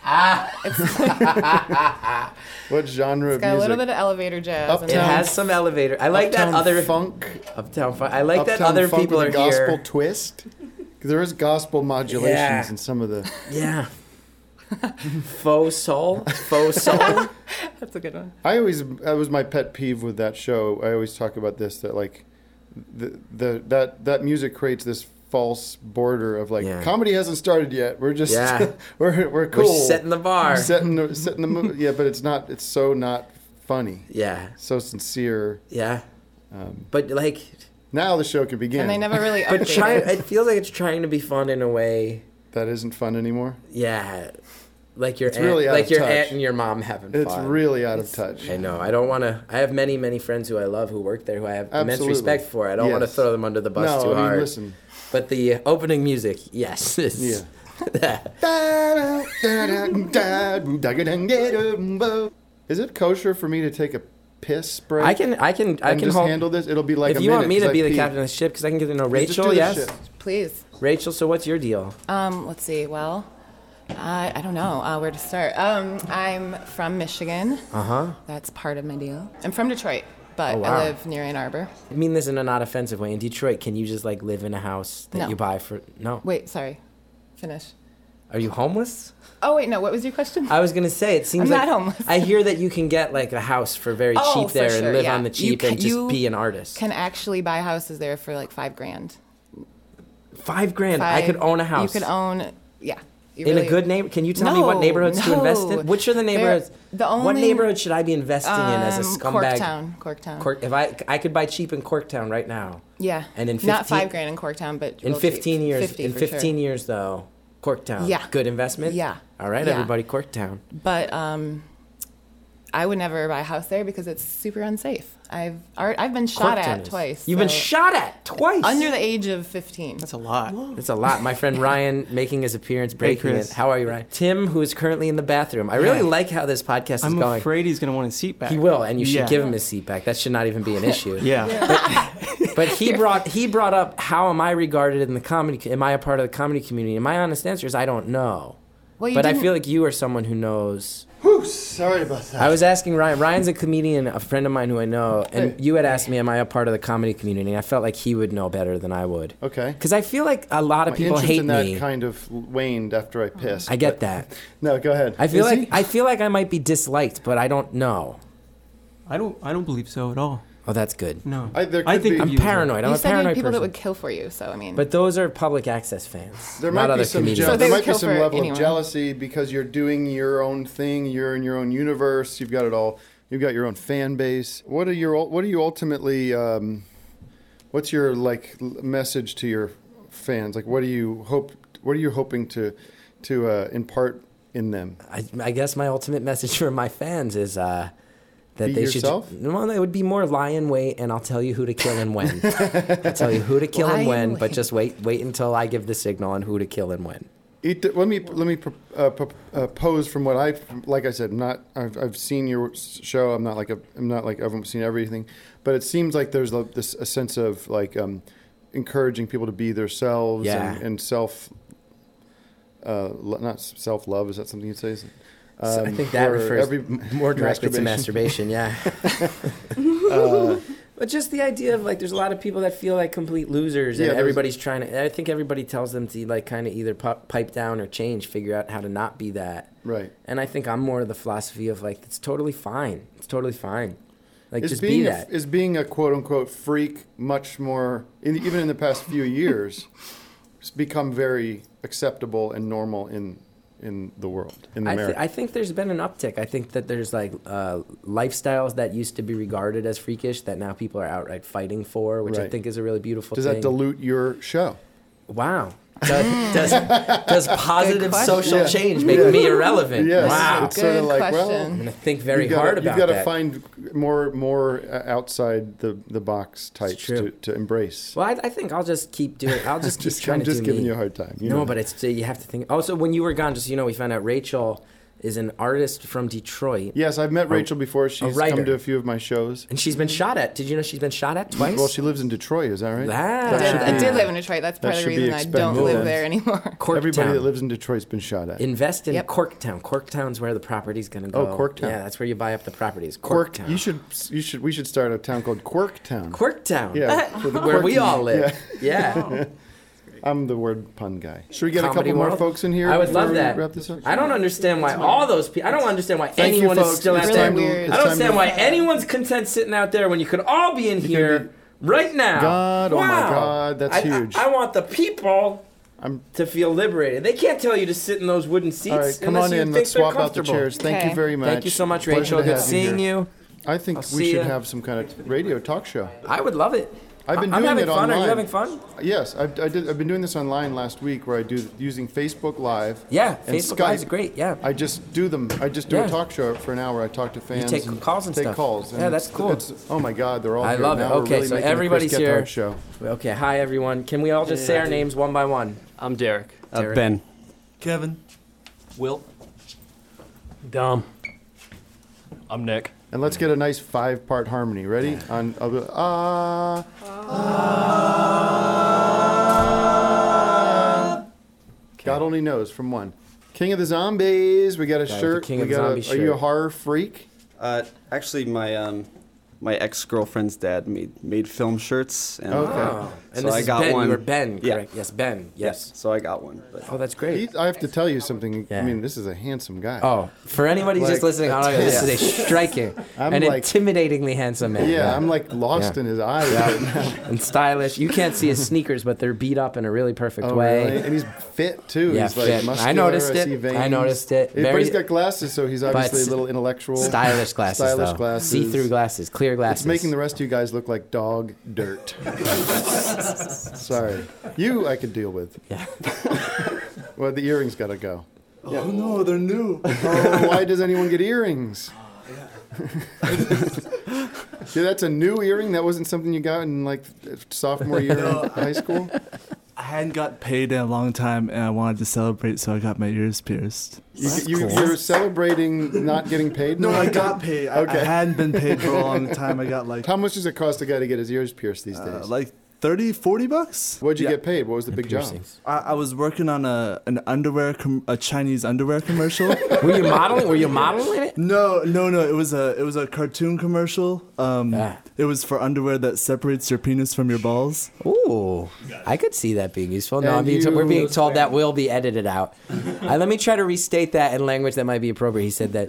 [SPEAKER 2] what genre
[SPEAKER 9] It's got a
[SPEAKER 2] of
[SPEAKER 9] little
[SPEAKER 2] music?
[SPEAKER 9] bit of elevator jazz.
[SPEAKER 2] Uptown-
[SPEAKER 9] and
[SPEAKER 3] it has some elevator. I like
[SPEAKER 2] Uptown
[SPEAKER 3] that other
[SPEAKER 2] funk.
[SPEAKER 3] uptown. Fun. I like that
[SPEAKER 2] Uptown
[SPEAKER 3] other
[SPEAKER 2] funk
[SPEAKER 3] people
[SPEAKER 2] with
[SPEAKER 3] are
[SPEAKER 2] a gospel
[SPEAKER 3] here.
[SPEAKER 2] twist. 'Cause There is gospel modulations
[SPEAKER 3] Yeah.
[SPEAKER 2] in some of the.
[SPEAKER 3] Yeah. Faux soul. Faux soul.
[SPEAKER 9] That's a good one.
[SPEAKER 2] I always that was my pet peeve with that show. I always talk about this that like the the that that music creates this false border of like
[SPEAKER 3] Yeah.
[SPEAKER 2] comedy hasn't started yet. We're just
[SPEAKER 3] Yeah.
[SPEAKER 2] we're we're
[SPEAKER 3] We're
[SPEAKER 2] cool.
[SPEAKER 3] setting the bar.
[SPEAKER 2] setting the setting the movie. yeah, but it's not. It's so not funny.
[SPEAKER 3] yeah.
[SPEAKER 2] So sincere. Um,
[SPEAKER 3] Yeah. but like,
[SPEAKER 2] Now the show can begin.
[SPEAKER 9] And they never really
[SPEAKER 3] but try.
[SPEAKER 9] updated.
[SPEAKER 3] It feels like it's trying to be fun in a way.
[SPEAKER 2] that isn't fun anymore.
[SPEAKER 3] Yeah. Like your
[SPEAKER 2] It's
[SPEAKER 3] aunt,
[SPEAKER 2] really out
[SPEAKER 3] like
[SPEAKER 2] of
[SPEAKER 3] your
[SPEAKER 2] touch.
[SPEAKER 3] aunt and your mom having
[SPEAKER 2] It's
[SPEAKER 3] fun.
[SPEAKER 2] really out of touch.
[SPEAKER 3] I know. I don't want to. I have many, many friends who I love who work there who I have
[SPEAKER 2] Absolutely.
[SPEAKER 3] immense respect for. I don't want to
[SPEAKER 2] Yes.
[SPEAKER 3] throw them under the bus
[SPEAKER 2] No,
[SPEAKER 3] too
[SPEAKER 2] I mean
[SPEAKER 3] hard.
[SPEAKER 2] listen.
[SPEAKER 3] But the opening music, yes. is-
[SPEAKER 2] Is it kosher for me to take a piss break?
[SPEAKER 3] I can, I can, I
[SPEAKER 2] and
[SPEAKER 3] can
[SPEAKER 2] just
[SPEAKER 3] hold.
[SPEAKER 2] handle this. It'll be like
[SPEAKER 3] if
[SPEAKER 2] a
[SPEAKER 3] you want
[SPEAKER 2] minute
[SPEAKER 3] me to
[SPEAKER 2] 'cause I
[SPEAKER 3] be the
[SPEAKER 2] peed.
[SPEAKER 3] captain of the ship, because I can get to know
[SPEAKER 2] Just do
[SPEAKER 3] Rachel.
[SPEAKER 2] the
[SPEAKER 3] Yes,
[SPEAKER 2] shit.
[SPEAKER 9] Please.
[SPEAKER 3] Rachel. So what's your deal?
[SPEAKER 9] Um, let's see. Well, I, I don't know uh, where to start. Um, I'm from Michigan.
[SPEAKER 3] Uh huh.
[SPEAKER 9] That's part of my deal. I'm from Detroit, but
[SPEAKER 3] Oh, wow.
[SPEAKER 9] I live near Ann Arbor.
[SPEAKER 3] I mean this in a not offensive way. In Detroit, can you just like live in a house that
[SPEAKER 9] No.
[SPEAKER 3] you buy for? No.
[SPEAKER 9] Wait, sorry. Finish.
[SPEAKER 3] Are you homeless?
[SPEAKER 9] Oh wait, no. What was your question?
[SPEAKER 3] I was gonna say it
[SPEAKER 9] I'm
[SPEAKER 3] seems like
[SPEAKER 9] not homeless.
[SPEAKER 3] I hear that you can get like a house for very
[SPEAKER 9] Oh,
[SPEAKER 3] cheap
[SPEAKER 9] for
[SPEAKER 3] there
[SPEAKER 9] sure,
[SPEAKER 3] and live
[SPEAKER 9] yeah.
[SPEAKER 3] on the
[SPEAKER 9] You
[SPEAKER 3] cheap
[SPEAKER 9] ca-
[SPEAKER 3] and just
[SPEAKER 9] you
[SPEAKER 3] be an artist.
[SPEAKER 9] Can actually buy houses there for like five grand.
[SPEAKER 3] Five grand. I
[SPEAKER 9] Five-
[SPEAKER 3] could own a house.
[SPEAKER 9] You could own, yeah. You
[SPEAKER 3] in
[SPEAKER 9] really-
[SPEAKER 3] a good neighbor. Can you tell me what
[SPEAKER 9] No,
[SPEAKER 3] neighborhoods to invest
[SPEAKER 9] no.
[SPEAKER 3] in? Which are the
[SPEAKER 9] There-
[SPEAKER 3] neighborhoods?
[SPEAKER 9] the
[SPEAKER 3] what
[SPEAKER 9] only-
[SPEAKER 3] neighborhood should I be investing in as a
[SPEAKER 9] Um,
[SPEAKER 3] scumbag?
[SPEAKER 9] Corktown, Corktown.
[SPEAKER 3] Cork, if I I could buy cheap in Corktown right now.
[SPEAKER 9] yeah.
[SPEAKER 3] And in 15,
[SPEAKER 9] Not five grand in Corktown, but real
[SPEAKER 3] In
[SPEAKER 9] cheap.
[SPEAKER 3] 15 years,
[SPEAKER 9] 50
[SPEAKER 3] in
[SPEAKER 9] for sure.
[SPEAKER 3] 15 years though, Corktown.
[SPEAKER 9] Yeah.
[SPEAKER 3] Good investment.
[SPEAKER 9] Yeah.
[SPEAKER 3] All right,
[SPEAKER 9] Yeah.
[SPEAKER 3] everybody, Corktown.
[SPEAKER 9] But um, I would never buy a house there because it's super unsafe. I've ar- I've been shot
[SPEAKER 3] Corktown
[SPEAKER 9] at
[SPEAKER 3] is-
[SPEAKER 9] twice.
[SPEAKER 3] You've been
[SPEAKER 9] so-
[SPEAKER 3] shot at twice.
[SPEAKER 9] under the age of fifteen.
[SPEAKER 6] That's a lot.
[SPEAKER 3] That's a lot. My friend Ryan making his appearance, breaking
[SPEAKER 5] Chris.
[SPEAKER 3] it. How are you, Ryan? Tim, who is currently in the bathroom. I really
[SPEAKER 5] Yeah.
[SPEAKER 3] like how this podcast is
[SPEAKER 5] I'm
[SPEAKER 3] going.
[SPEAKER 5] afraid he's gonna want his seat back.
[SPEAKER 3] He will, and you should
[SPEAKER 5] Yeah.
[SPEAKER 3] give him his seat back. That should not even be an issue.
[SPEAKER 5] Yeah.
[SPEAKER 3] But he brought he brought up how am I regarded in the comedy? co- Am I a part of the comedy community? And my honest answer is I don't know.
[SPEAKER 9] Well, you
[SPEAKER 3] but I
[SPEAKER 9] didn't-
[SPEAKER 3] feel like you are someone who knows.
[SPEAKER 2] Whew, sorry about that.
[SPEAKER 3] I was asking Ryan. Ryan's a comedian, a friend of mine who I know, and you had asked me, "Am I a part of the comedy community?" And I felt like he would know better than I would,
[SPEAKER 2] okay.
[SPEAKER 3] because I feel like a lot of
[SPEAKER 2] My
[SPEAKER 3] people
[SPEAKER 2] interest
[SPEAKER 3] hate
[SPEAKER 2] in that
[SPEAKER 3] me.
[SPEAKER 2] kind of waned after
[SPEAKER 9] Oh.
[SPEAKER 2] I pissed.
[SPEAKER 3] I get that.
[SPEAKER 2] No, go ahead.
[SPEAKER 3] I feel
[SPEAKER 2] Is
[SPEAKER 3] like
[SPEAKER 2] he?
[SPEAKER 3] I feel like I might be disliked, but I don't know.
[SPEAKER 5] I don't. I don't believe so at all.
[SPEAKER 3] Oh, that's good.
[SPEAKER 5] No.
[SPEAKER 2] I- there could be-
[SPEAKER 5] think of
[SPEAKER 3] I'm
[SPEAKER 5] you as a-
[SPEAKER 3] paranoid. I'm
[SPEAKER 9] you
[SPEAKER 3] a
[SPEAKER 9] said you had
[SPEAKER 3] paranoid
[SPEAKER 9] people
[SPEAKER 3] person.
[SPEAKER 9] that would kill for you. So I mean,
[SPEAKER 3] But those are public access fans,
[SPEAKER 2] there
[SPEAKER 3] not
[SPEAKER 2] might be
[SPEAKER 3] other
[SPEAKER 2] some
[SPEAKER 3] comedians.
[SPEAKER 2] jeal-
[SPEAKER 9] So
[SPEAKER 2] there
[SPEAKER 9] they would
[SPEAKER 2] might be
[SPEAKER 9] kill
[SPEAKER 2] some
[SPEAKER 9] for
[SPEAKER 2] level
[SPEAKER 9] anyone.
[SPEAKER 2] of jealousy because you're doing your own thing. You're in your own universe. You've got it all. You've got your own fan base. What are your ul- What are you ultimately? Um, what's your like l- message to your fans? Like, what do you hope? What are you hoping to to uh, impart in them?
[SPEAKER 3] I, I guess my ultimate message for my fans is uh, that
[SPEAKER 2] Be
[SPEAKER 3] they
[SPEAKER 2] yourself?
[SPEAKER 3] should. Well, it would be more lie in wait, and I'll tell you who to kill and when. I'll tell you who to kill
[SPEAKER 9] Lie
[SPEAKER 3] and
[SPEAKER 9] in
[SPEAKER 3] when, but
[SPEAKER 9] wait.
[SPEAKER 3] just wait, wait until I give the signal on who to kill and when.
[SPEAKER 2] It, let me let me pro- uh, pro- uh, pose from what I like. I said, I'm not I've, I've seen your s- show. I'm not like a, I'm not like I've seen everything, but it seems like there's a, this a sense of like um, encouraging people to be themselves
[SPEAKER 3] Yeah.
[SPEAKER 2] and, and self. Uh, lo- not self love. Is that something you'd say? Is it-
[SPEAKER 3] So I
[SPEAKER 2] Um,
[SPEAKER 3] think that
[SPEAKER 2] or
[SPEAKER 3] refers
[SPEAKER 2] every-
[SPEAKER 3] more directly to masturbation. Yeah.
[SPEAKER 2] Uh,
[SPEAKER 3] But just the idea of like, there's a lot of people that feel like complete losers,
[SPEAKER 2] Yeah,
[SPEAKER 3] and
[SPEAKER 2] there's-
[SPEAKER 3] everybody's trying to. I think everybody tells them to like kind of either pu- pipe down or change, figure out how to not be that.
[SPEAKER 2] Right.
[SPEAKER 3] And I think I'm more of the philosophy of like, it's totally fine. It's totally fine. Like,
[SPEAKER 2] Is
[SPEAKER 3] just
[SPEAKER 2] being
[SPEAKER 3] be
[SPEAKER 2] a,
[SPEAKER 3] that.
[SPEAKER 2] is being a quote unquote freak much more in, even in the past few years, it's become very acceptable and normal in in the world in
[SPEAKER 3] I, th-
[SPEAKER 2] America.
[SPEAKER 3] I think there's been an uptick. I think that there's like uh, lifestyles that used to be regarded as freakish that now people are outright fighting for, which I
[SPEAKER 2] Right.
[SPEAKER 3] think is a really beautiful
[SPEAKER 2] Does
[SPEAKER 3] thing.
[SPEAKER 2] that dilute your show?
[SPEAKER 3] Wow. Does, does, does positive
[SPEAKER 9] question.
[SPEAKER 3] social
[SPEAKER 2] Yeah.
[SPEAKER 3] change make
[SPEAKER 2] Yeah.
[SPEAKER 3] me irrelevant?
[SPEAKER 2] Yes.
[SPEAKER 3] Wow.
[SPEAKER 2] It's sort of
[SPEAKER 9] Good
[SPEAKER 2] like, well,
[SPEAKER 9] question.
[SPEAKER 3] I'm going to think very
[SPEAKER 2] you've gotta-
[SPEAKER 3] hard about
[SPEAKER 2] You've got to
[SPEAKER 3] that.
[SPEAKER 2] find more more uh, outside the, the box types to,
[SPEAKER 3] true.
[SPEAKER 2] to embrace.
[SPEAKER 3] well, I, I think I'll just keep doing. I'll just keep
[SPEAKER 2] Just-
[SPEAKER 3] trying
[SPEAKER 2] I'm
[SPEAKER 3] to
[SPEAKER 2] just
[SPEAKER 3] do
[SPEAKER 2] giving
[SPEAKER 3] me.
[SPEAKER 2] you a hard time. you
[SPEAKER 3] no,
[SPEAKER 2] know.
[SPEAKER 3] but it's you have to think. Also, when you were gone, just so you know, we found out Rachel is an artist from Detroit,
[SPEAKER 2] yes, I've met Rachel before. She's
[SPEAKER 3] writer.
[SPEAKER 2] come to a few of my shows.
[SPEAKER 3] and she's been shot at. Did you know she's been shot at twice?
[SPEAKER 2] Well, she lives in Detroit. Is that right?
[SPEAKER 3] Wow.
[SPEAKER 9] I
[SPEAKER 2] That
[SPEAKER 9] did,
[SPEAKER 2] should
[SPEAKER 9] I
[SPEAKER 2] be-
[SPEAKER 9] did live in Detroit. That's part
[SPEAKER 2] that
[SPEAKER 9] of the
[SPEAKER 2] should be
[SPEAKER 9] reasons I don't
[SPEAKER 2] expendable.
[SPEAKER 9] live there anymore.
[SPEAKER 3] Corktown.
[SPEAKER 2] Everybody that lives in Detroit's been shot at.
[SPEAKER 3] Invest in
[SPEAKER 9] Yep.
[SPEAKER 3] Corktown. Corktown's where the property's going to go.
[SPEAKER 2] Oh, Corktown.
[SPEAKER 3] Yeah, that's where you buy up the properties.
[SPEAKER 2] Quirk.
[SPEAKER 3] Corktown.
[SPEAKER 2] You should. You should. We should start a town called Quirktown.
[SPEAKER 3] Corktown.
[SPEAKER 2] Yeah. for the
[SPEAKER 3] Where we
[SPEAKER 2] quirky-
[SPEAKER 3] all live.
[SPEAKER 2] yeah. Oh.
[SPEAKER 3] Yeah.
[SPEAKER 2] I'm the word pun guy. Should we get a
[SPEAKER 3] Comedy
[SPEAKER 2] couple more
[SPEAKER 3] world.
[SPEAKER 2] folks in here?
[SPEAKER 3] I would
[SPEAKER 2] before
[SPEAKER 3] love
[SPEAKER 2] we
[SPEAKER 3] that.
[SPEAKER 2] Wrap this up.
[SPEAKER 3] I don't understand why all those people. I don't understand why
[SPEAKER 2] Thank
[SPEAKER 3] anyone
[SPEAKER 2] you,
[SPEAKER 3] is
[SPEAKER 2] folks.
[SPEAKER 3] still out
[SPEAKER 2] it's
[SPEAKER 9] Really
[SPEAKER 3] there.
[SPEAKER 2] time
[SPEAKER 9] weird.
[SPEAKER 2] To,
[SPEAKER 9] I
[SPEAKER 2] it's
[SPEAKER 9] don't
[SPEAKER 3] I don't
[SPEAKER 2] time
[SPEAKER 3] understand
[SPEAKER 2] to,
[SPEAKER 3] why anyone's content sitting out there when you could all be in here right now.
[SPEAKER 2] God, oh my
[SPEAKER 3] Wow.
[SPEAKER 2] God, that's
[SPEAKER 3] I- I-
[SPEAKER 2] huge.
[SPEAKER 3] I, want the people
[SPEAKER 2] I'm-
[SPEAKER 3] to feel liberated. They can't tell you to sit in those wooden seats.
[SPEAKER 2] All right, come
[SPEAKER 3] unless
[SPEAKER 2] on
[SPEAKER 3] you
[SPEAKER 2] in.
[SPEAKER 3] think
[SPEAKER 2] Let's
[SPEAKER 3] they're
[SPEAKER 2] swap out the
[SPEAKER 3] comfortable.
[SPEAKER 2] chairs. Thank
[SPEAKER 9] Okay.
[SPEAKER 2] you very much.
[SPEAKER 3] Thank you so much,
[SPEAKER 2] Pleasure
[SPEAKER 3] Rachel.
[SPEAKER 2] to
[SPEAKER 3] Good
[SPEAKER 2] have
[SPEAKER 3] seeing
[SPEAKER 2] here.
[SPEAKER 3] you.
[SPEAKER 2] I think
[SPEAKER 3] I'll see
[SPEAKER 2] we should
[SPEAKER 3] ya.
[SPEAKER 2] have some kind of radio talk show.
[SPEAKER 3] I would love it.
[SPEAKER 2] I've been
[SPEAKER 3] I'm
[SPEAKER 2] doing
[SPEAKER 3] having
[SPEAKER 2] it
[SPEAKER 3] fun. Are
[SPEAKER 2] online.
[SPEAKER 3] you having fun?
[SPEAKER 2] Yes, I, I did. I've been doing this online last week, where I do using Facebook Live.
[SPEAKER 3] Yeah,
[SPEAKER 2] and
[SPEAKER 3] Facebook
[SPEAKER 2] Skype.
[SPEAKER 3] Live's great. Yeah.
[SPEAKER 2] I just do them. I just do
[SPEAKER 3] Yeah.
[SPEAKER 2] a talk show for an hour. I talk to fans.
[SPEAKER 3] take calls and
[SPEAKER 2] take
[SPEAKER 3] stuff.
[SPEAKER 2] calls.
[SPEAKER 3] Yeah, that's cool.
[SPEAKER 2] It's, oh my God, they're all.
[SPEAKER 3] I
[SPEAKER 2] here.
[SPEAKER 3] love it.
[SPEAKER 2] Now we're
[SPEAKER 3] Okay,
[SPEAKER 2] really making
[SPEAKER 3] so
[SPEAKER 2] the Chris
[SPEAKER 3] everybody's
[SPEAKER 2] Gethard
[SPEAKER 3] here.
[SPEAKER 2] Show.
[SPEAKER 3] Okay, hi everyone. Can we all just say our names one by one?
[SPEAKER 7] I'm Derek.
[SPEAKER 5] Uh,
[SPEAKER 3] Derek.
[SPEAKER 5] ben.
[SPEAKER 6] Kevin. Will.
[SPEAKER 7] Dom. I'm Nick.
[SPEAKER 2] And let's get a nice five-part harmony. Ready? On uh, I'll go, ah. God only knows from one. King of the Zombies. We got a
[SPEAKER 3] the
[SPEAKER 2] shirt.
[SPEAKER 3] King
[SPEAKER 2] we
[SPEAKER 3] of the
[SPEAKER 2] got a,
[SPEAKER 3] Zombies
[SPEAKER 2] Are you a
[SPEAKER 3] shirt.
[SPEAKER 2] horror freak?
[SPEAKER 10] Uh, actually, my um, my ex girlfriend's dad made made film shirts, and
[SPEAKER 2] Okay.
[SPEAKER 3] Oh, and
[SPEAKER 10] So
[SPEAKER 3] this
[SPEAKER 10] I
[SPEAKER 3] is
[SPEAKER 10] got
[SPEAKER 3] Ben.
[SPEAKER 10] one.
[SPEAKER 3] You were Ben,
[SPEAKER 10] Yeah.
[SPEAKER 3] correct? Yes, Ben. Yes.
[SPEAKER 10] so I got one. But
[SPEAKER 3] Oh, that's great.
[SPEAKER 2] He- I have to tell you something.
[SPEAKER 3] Yeah.
[SPEAKER 2] I mean, this is a handsome guy.
[SPEAKER 3] Oh, for anybody who's just
[SPEAKER 2] Like,
[SPEAKER 3] listening on audio, this
[SPEAKER 2] yeah.
[SPEAKER 3] is a striking
[SPEAKER 2] I'm
[SPEAKER 3] and
[SPEAKER 2] like-
[SPEAKER 3] intimidatingly handsome man.
[SPEAKER 2] Yeah, I'm like lost
[SPEAKER 3] Yeah.
[SPEAKER 2] in his eyes right now.
[SPEAKER 3] and stylish. You can't see his sneakers, but they're beat up in a really perfect
[SPEAKER 2] Oh,
[SPEAKER 3] way.
[SPEAKER 2] really? And he's fit too.
[SPEAKER 3] Yeah,
[SPEAKER 2] he's
[SPEAKER 3] fit. I
[SPEAKER 2] like muscular.
[SPEAKER 3] noticed
[SPEAKER 2] I
[SPEAKER 3] it.
[SPEAKER 2] see veins.
[SPEAKER 3] I noticed it.
[SPEAKER 2] Yeah,
[SPEAKER 3] Very-
[SPEAKER 2] but he's got glasses, so he's obviously a
[SPEAKER 3] s-
[SPEAKER 2] little intellectual.
[SPEAKER 3] Stylish glasses,
[SPEAKER 2] Stylish
[SPEAKER 3] though.
[SPEAKER 2] glasses.
[SPEAKER 3] See-through glasses, clear glasses.
[SPEAKER 2] It's making the rest of you guys look like dog dirt. Sorry, you I could deal with.
[SPEAKER 3] Yeah.
[SPEAKER 2] Well, the earrings gotta go.
[SPEAKER 6] Oh no, they're new.
[SPEAKER 2] Oh, why does anyone get earrings?
[SPEAKER 6] Ah,
[SPEAKER 2] yeah, that's a new earring. That wasn't something you got in like sophomore year in high school.
[SPEAKER 11] I hadn't got paid in a long time, and I wanted to celebrate, so I got my ears pierced.
[SPEAKER 2] You, you, You're celebrating not getting paid.
[SPEAKER 11] No,
[SPEAKER 2] now?
[SPEAKER 11] I got paid. I,
[SPEAKER 2] Okay.
[SPEAKER 11] I hadn't been paid for a long time. I got like
[SPEAKER 2] How much does it cost a guy to get his ears pierced these days?
[SPEAKER 11] uh, like 30, 40 bucks.
[SPEAKER 2] What'd you
[SPEAKER 11] Yeah.
[SPEAKER 2] get paid? What was the big job?
[SPEAKER 3] piercings.
[SPEAKER 11] I, I was working on a an underwear com- a Chinese underwear commercial.
[SPEAKER 3] Were you modeling? Were you modeling it?
[SPEAKER 11] no, no, no. It was a it was a cartoon commercial. Um,
[SPEAKER 3] Ah.
[SPEAKER 11] it was for underwear that separates your penis from your balls.
[SPEAKER 3] Ooh, I could see that being useful. No, I'm
[SPEAKER 2] And
[SPEAKER 3] being told, we're
[SPEAKER 2] you-
[SPEAKER 3] being told that will be edited out. Uh, let me try to restate that in language that might be appropriate. He said that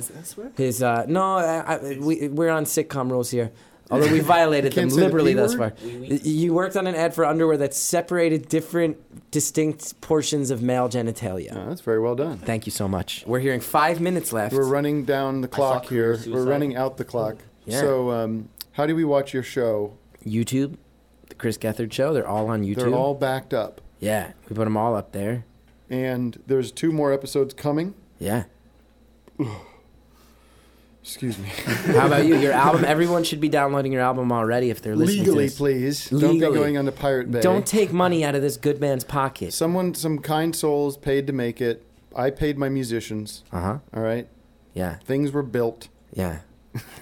[SPEAKER 3] his uh, no, I, I, we we're on sitcom rules here. Although we violated them
[SPEAKER 2] can't say the
[SPEAKER 3] liberally
[SPEAKER 2] P
[SPEAKER 3] thus far.
[SPEAKER 2] word?
[SPEAKER 3] You worked on an ad for underwear that separated different, distinct portions of male genitalia.
[SPEAKER 2] Oh, that's very well done.
[SPEAKER 3] Thank you so much. We're hearing five minutes left.
[SPEAKER 2] We're running down the clock here. We're running out the clock.
[SPEAKER 3] Yeah.
[SPEAKER 2] So, um, how do we watch your show?
[SPEAKER 3] YouTube, the Chris Gethard show. They're all on YouTube.
[SPEAKER 2] They're all backed up,
[SPEAKER 3] yeah, we put them all up there.
[SPEAKER 2] and there's two more episodes coming.
[SPEAKER 3] Yeah.
[SPEAKER 2] Excuse me.
[SPEAKER 3] How about you? Your album. Everyone should be downloading your album already if they're listening. to
[SPEAKER 2] Legally,
[SPEAKER 3] this.
[SPEAKER 2] please. Don't
[SPEAKER 3] Legally.
[SPEAKER 2] be going on the Pirate Bay.
[SPEAKER 3] Don't take money out of this good man's pocket.
[SPEAKER 2] Someone, some kind souls paid to make it. I paid my musicians.
[SPEAKER 3] Uh huh.
[SPEAKER 2] All right.
[SPEAKER 3] Yeah.
[SPEAKER 2] Things were built.
[SPEAKER 3] Yeah.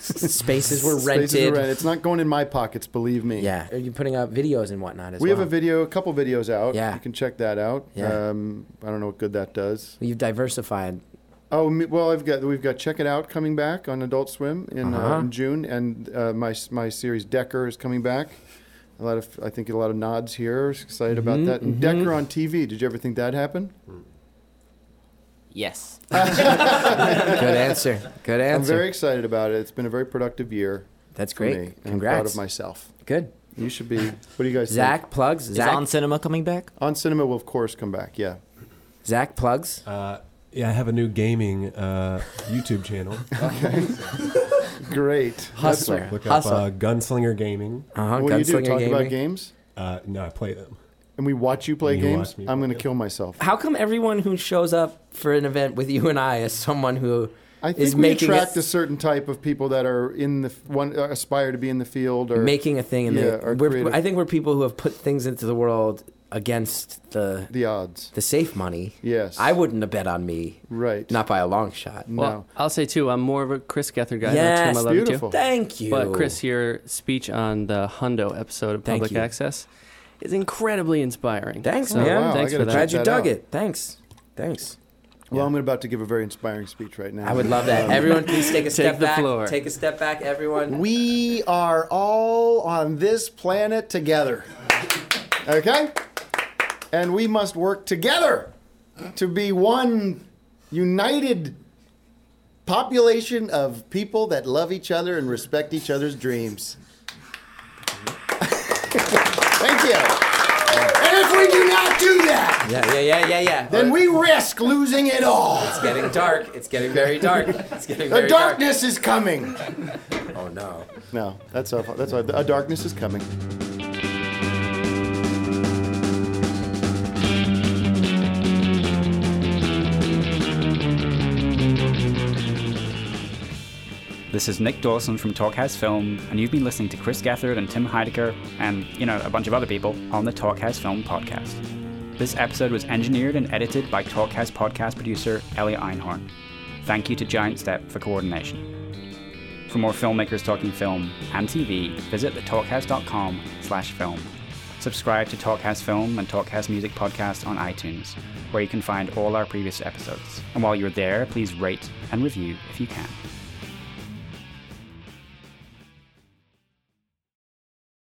[SPEAKER 3] Spaces were rented.
[SPEAKER 2] Spaces were rented. It's not going in my pockets, believe me.
[SPEAKER 3] Yeah. Are you putting out videos and whatnot as
[SPEAKER 2] We
[SPEAKER 3] well?
[SPEAKER 2] have a video, a couple videos out.
[SPEAKER 3] Yeah.
[SPEAKER 2] You can check that out.
[SPEAKER 3] Yeah.
[SPEAKER 2] Um, I don't know what good that does.
[SPEAKER 3] You've diversified.
[SPEAKER 2] Oh me- well, I've got we've got Check It Out coming back on Adult Swim in, uh
[SPEAKER 3] Uh-huh.
[SPEAKER 2] in June, and uh, my s- my series Decker is coming back. A lot of I think a lot of nods here. Excited about that.
[SPEAKER 3] Mm-hmm,
[SPEAKER 2] And Decker on TV. Did you ever think that happened?
[SPEAKER 1] Yes.
[SPEAKER 3] Good answer. Good
[SPEAKER 2] I'm
[SPEAKER 3] answer.
[SPEAKER 2] very excited about it. It's been a very productive year.
[SPEAKER 3] That's
[SPEAKER 2] for
[SPEAKER 3] great.
[SPEAKER 2] me, and I'm proud
[SPEAKER 3] Congrats.
[SPEAKER 2] of myself.
[SPEAKER 3] Good.
[SPEAKER 2] You should be. What do you guys
[SPEAKER 3] Zach plugs. Zach.
[SPEAKER 5] cinema coming back?
[SPEAKER 2] think? On Cinema will of course come back. Yeah.
[SPEAKER 3] Zach plugs.
[SPEAKER 12] Uh, yeah, I have a new gaming uh, YouTube channel.
[SPEAKER 2] Great.
[SPEAKER 3] Hustler.
[SPEAKER 12] Look up
[SPEAKER 3] Hustle.
[SPEAKER 12] uh, Gunslinger Gaming.
[SPEAKER 3] Uh huh.
[SPEAKER 2] what do you do?
[SPEAKER 3] Gunslinger
[SPEAKER 2] Talk about
[SPEAKER 3] gaming.
[SPEAKER 2] games?
[SPEAKER 12] Uh, no, I play them.
[SPEAKER 2] and we watch you play
[SPEAKER 12] You
[SPEAKER 2] games,
[SPEAKER 12] watch me
[SPEAKER 2] I'm
[SPEAKER 12] play
[SPEAKER 2] going to
[SPEAKER 12] games.
[SPEAKER 2] kill myself.
[SPEAKER 3] How come everyone who shows up for an event with you and I is someone who
[SPEAKER 2] I think
[SPEAKER 3] is
[SPEAKER 2] we
[SPEAKER 3] making
[SPEAKER 2] attract
[SPEAKER 3] a,
[SPEAKER 2] a certain type of people that are in the f- one uh, aspire to be in the field or
[SPEAKER 3] making a thing? And
[SPEAKER 2] yeah,
[SPEAKER 3] they-
[SPEAKER 2] or
[SPEAKER 3] we're,
[SPEAKER 2] creative.
[SPEAKER 3] I think we're people who have put things into the world against the
[SPEAKER 2] the odds,
[SPEAKER 3] the safe money.
[SPEAKER 2] Yes,
[SPEAKER 3] I wouldn't have bet on me,
[SPEAKER 2] right?
[SPEAKER 3] Not by a long shot.
[SPEAKER 13] Well, I'll say too, I'm more of a Chris Gethard guy.
[SPEAKER 3] Yes,
[SPEAKER 13] now, too. I love you, too.
[SPEAKER 3] beautiful. Thank you.
[SPEAKER 13] But Chris, your speech on the Hundo episode of
[SPEAKER 3] Thank
[SPEAKER 13] Public
[SPEAKER 3] you.
[SPEAKER 13] Access is incredibly inspiring.
[SPEAKER 3] Thanks,
[SPEAKER 13] so,
[SPEAKER 3] man.
[SPEAKER 13] Thanks for that.
[SPEAKER 3] Glad you dug it. Thanks. Thanks.
[SPEAKER 2] Well, I'm about to give a very inspiring speech right now.
[SPEAKER 3] I would love that.
[SPEAKER 2] Um,
[SPEAKER 3] Everyone, please take a step back. Take a step back, everyone.
[SPEAKER 2] We are all on this planet together. Okay? And we must work together to be one united population of people that love each other and respect each other's dreams. Thank you. And if we do not do that,
[SPEAKER 3] Yeah, yeah, yeah, yeah, yeah.
[SPEAKER 2] then we risk losing it all.
[SPEAKER 3] It's getting dark. It's getting very dark. It's getting
[SPEAKER 2] The
[SPEAKER 3] very dark.
[SPEAKER 2] darkness is coming.
[SPEAKER 3] Oh no.
[SPEAKER 2] No, that's how, that's why a darkness is coming.
[SPEAKER 1] This is Nick Dawson from Talkhouse Film, and you've been listening to Chris Gethard and Tim Heidecker, and, you know, a bunch of other people, on the Talkhouse Film podcast. This episode was engineered and edited by Talkhouse podcast producer Elliot Einhorn. Thank you to Giant Step for coordination. For more filmmakers talking film and TV, visit thetalkhouse.com slash film. Subscribe to Talkhouse Film and Talkhouse Music Podcast on iTunes, where you can find all our previous episodes. And while you're there, please rate and review if you can.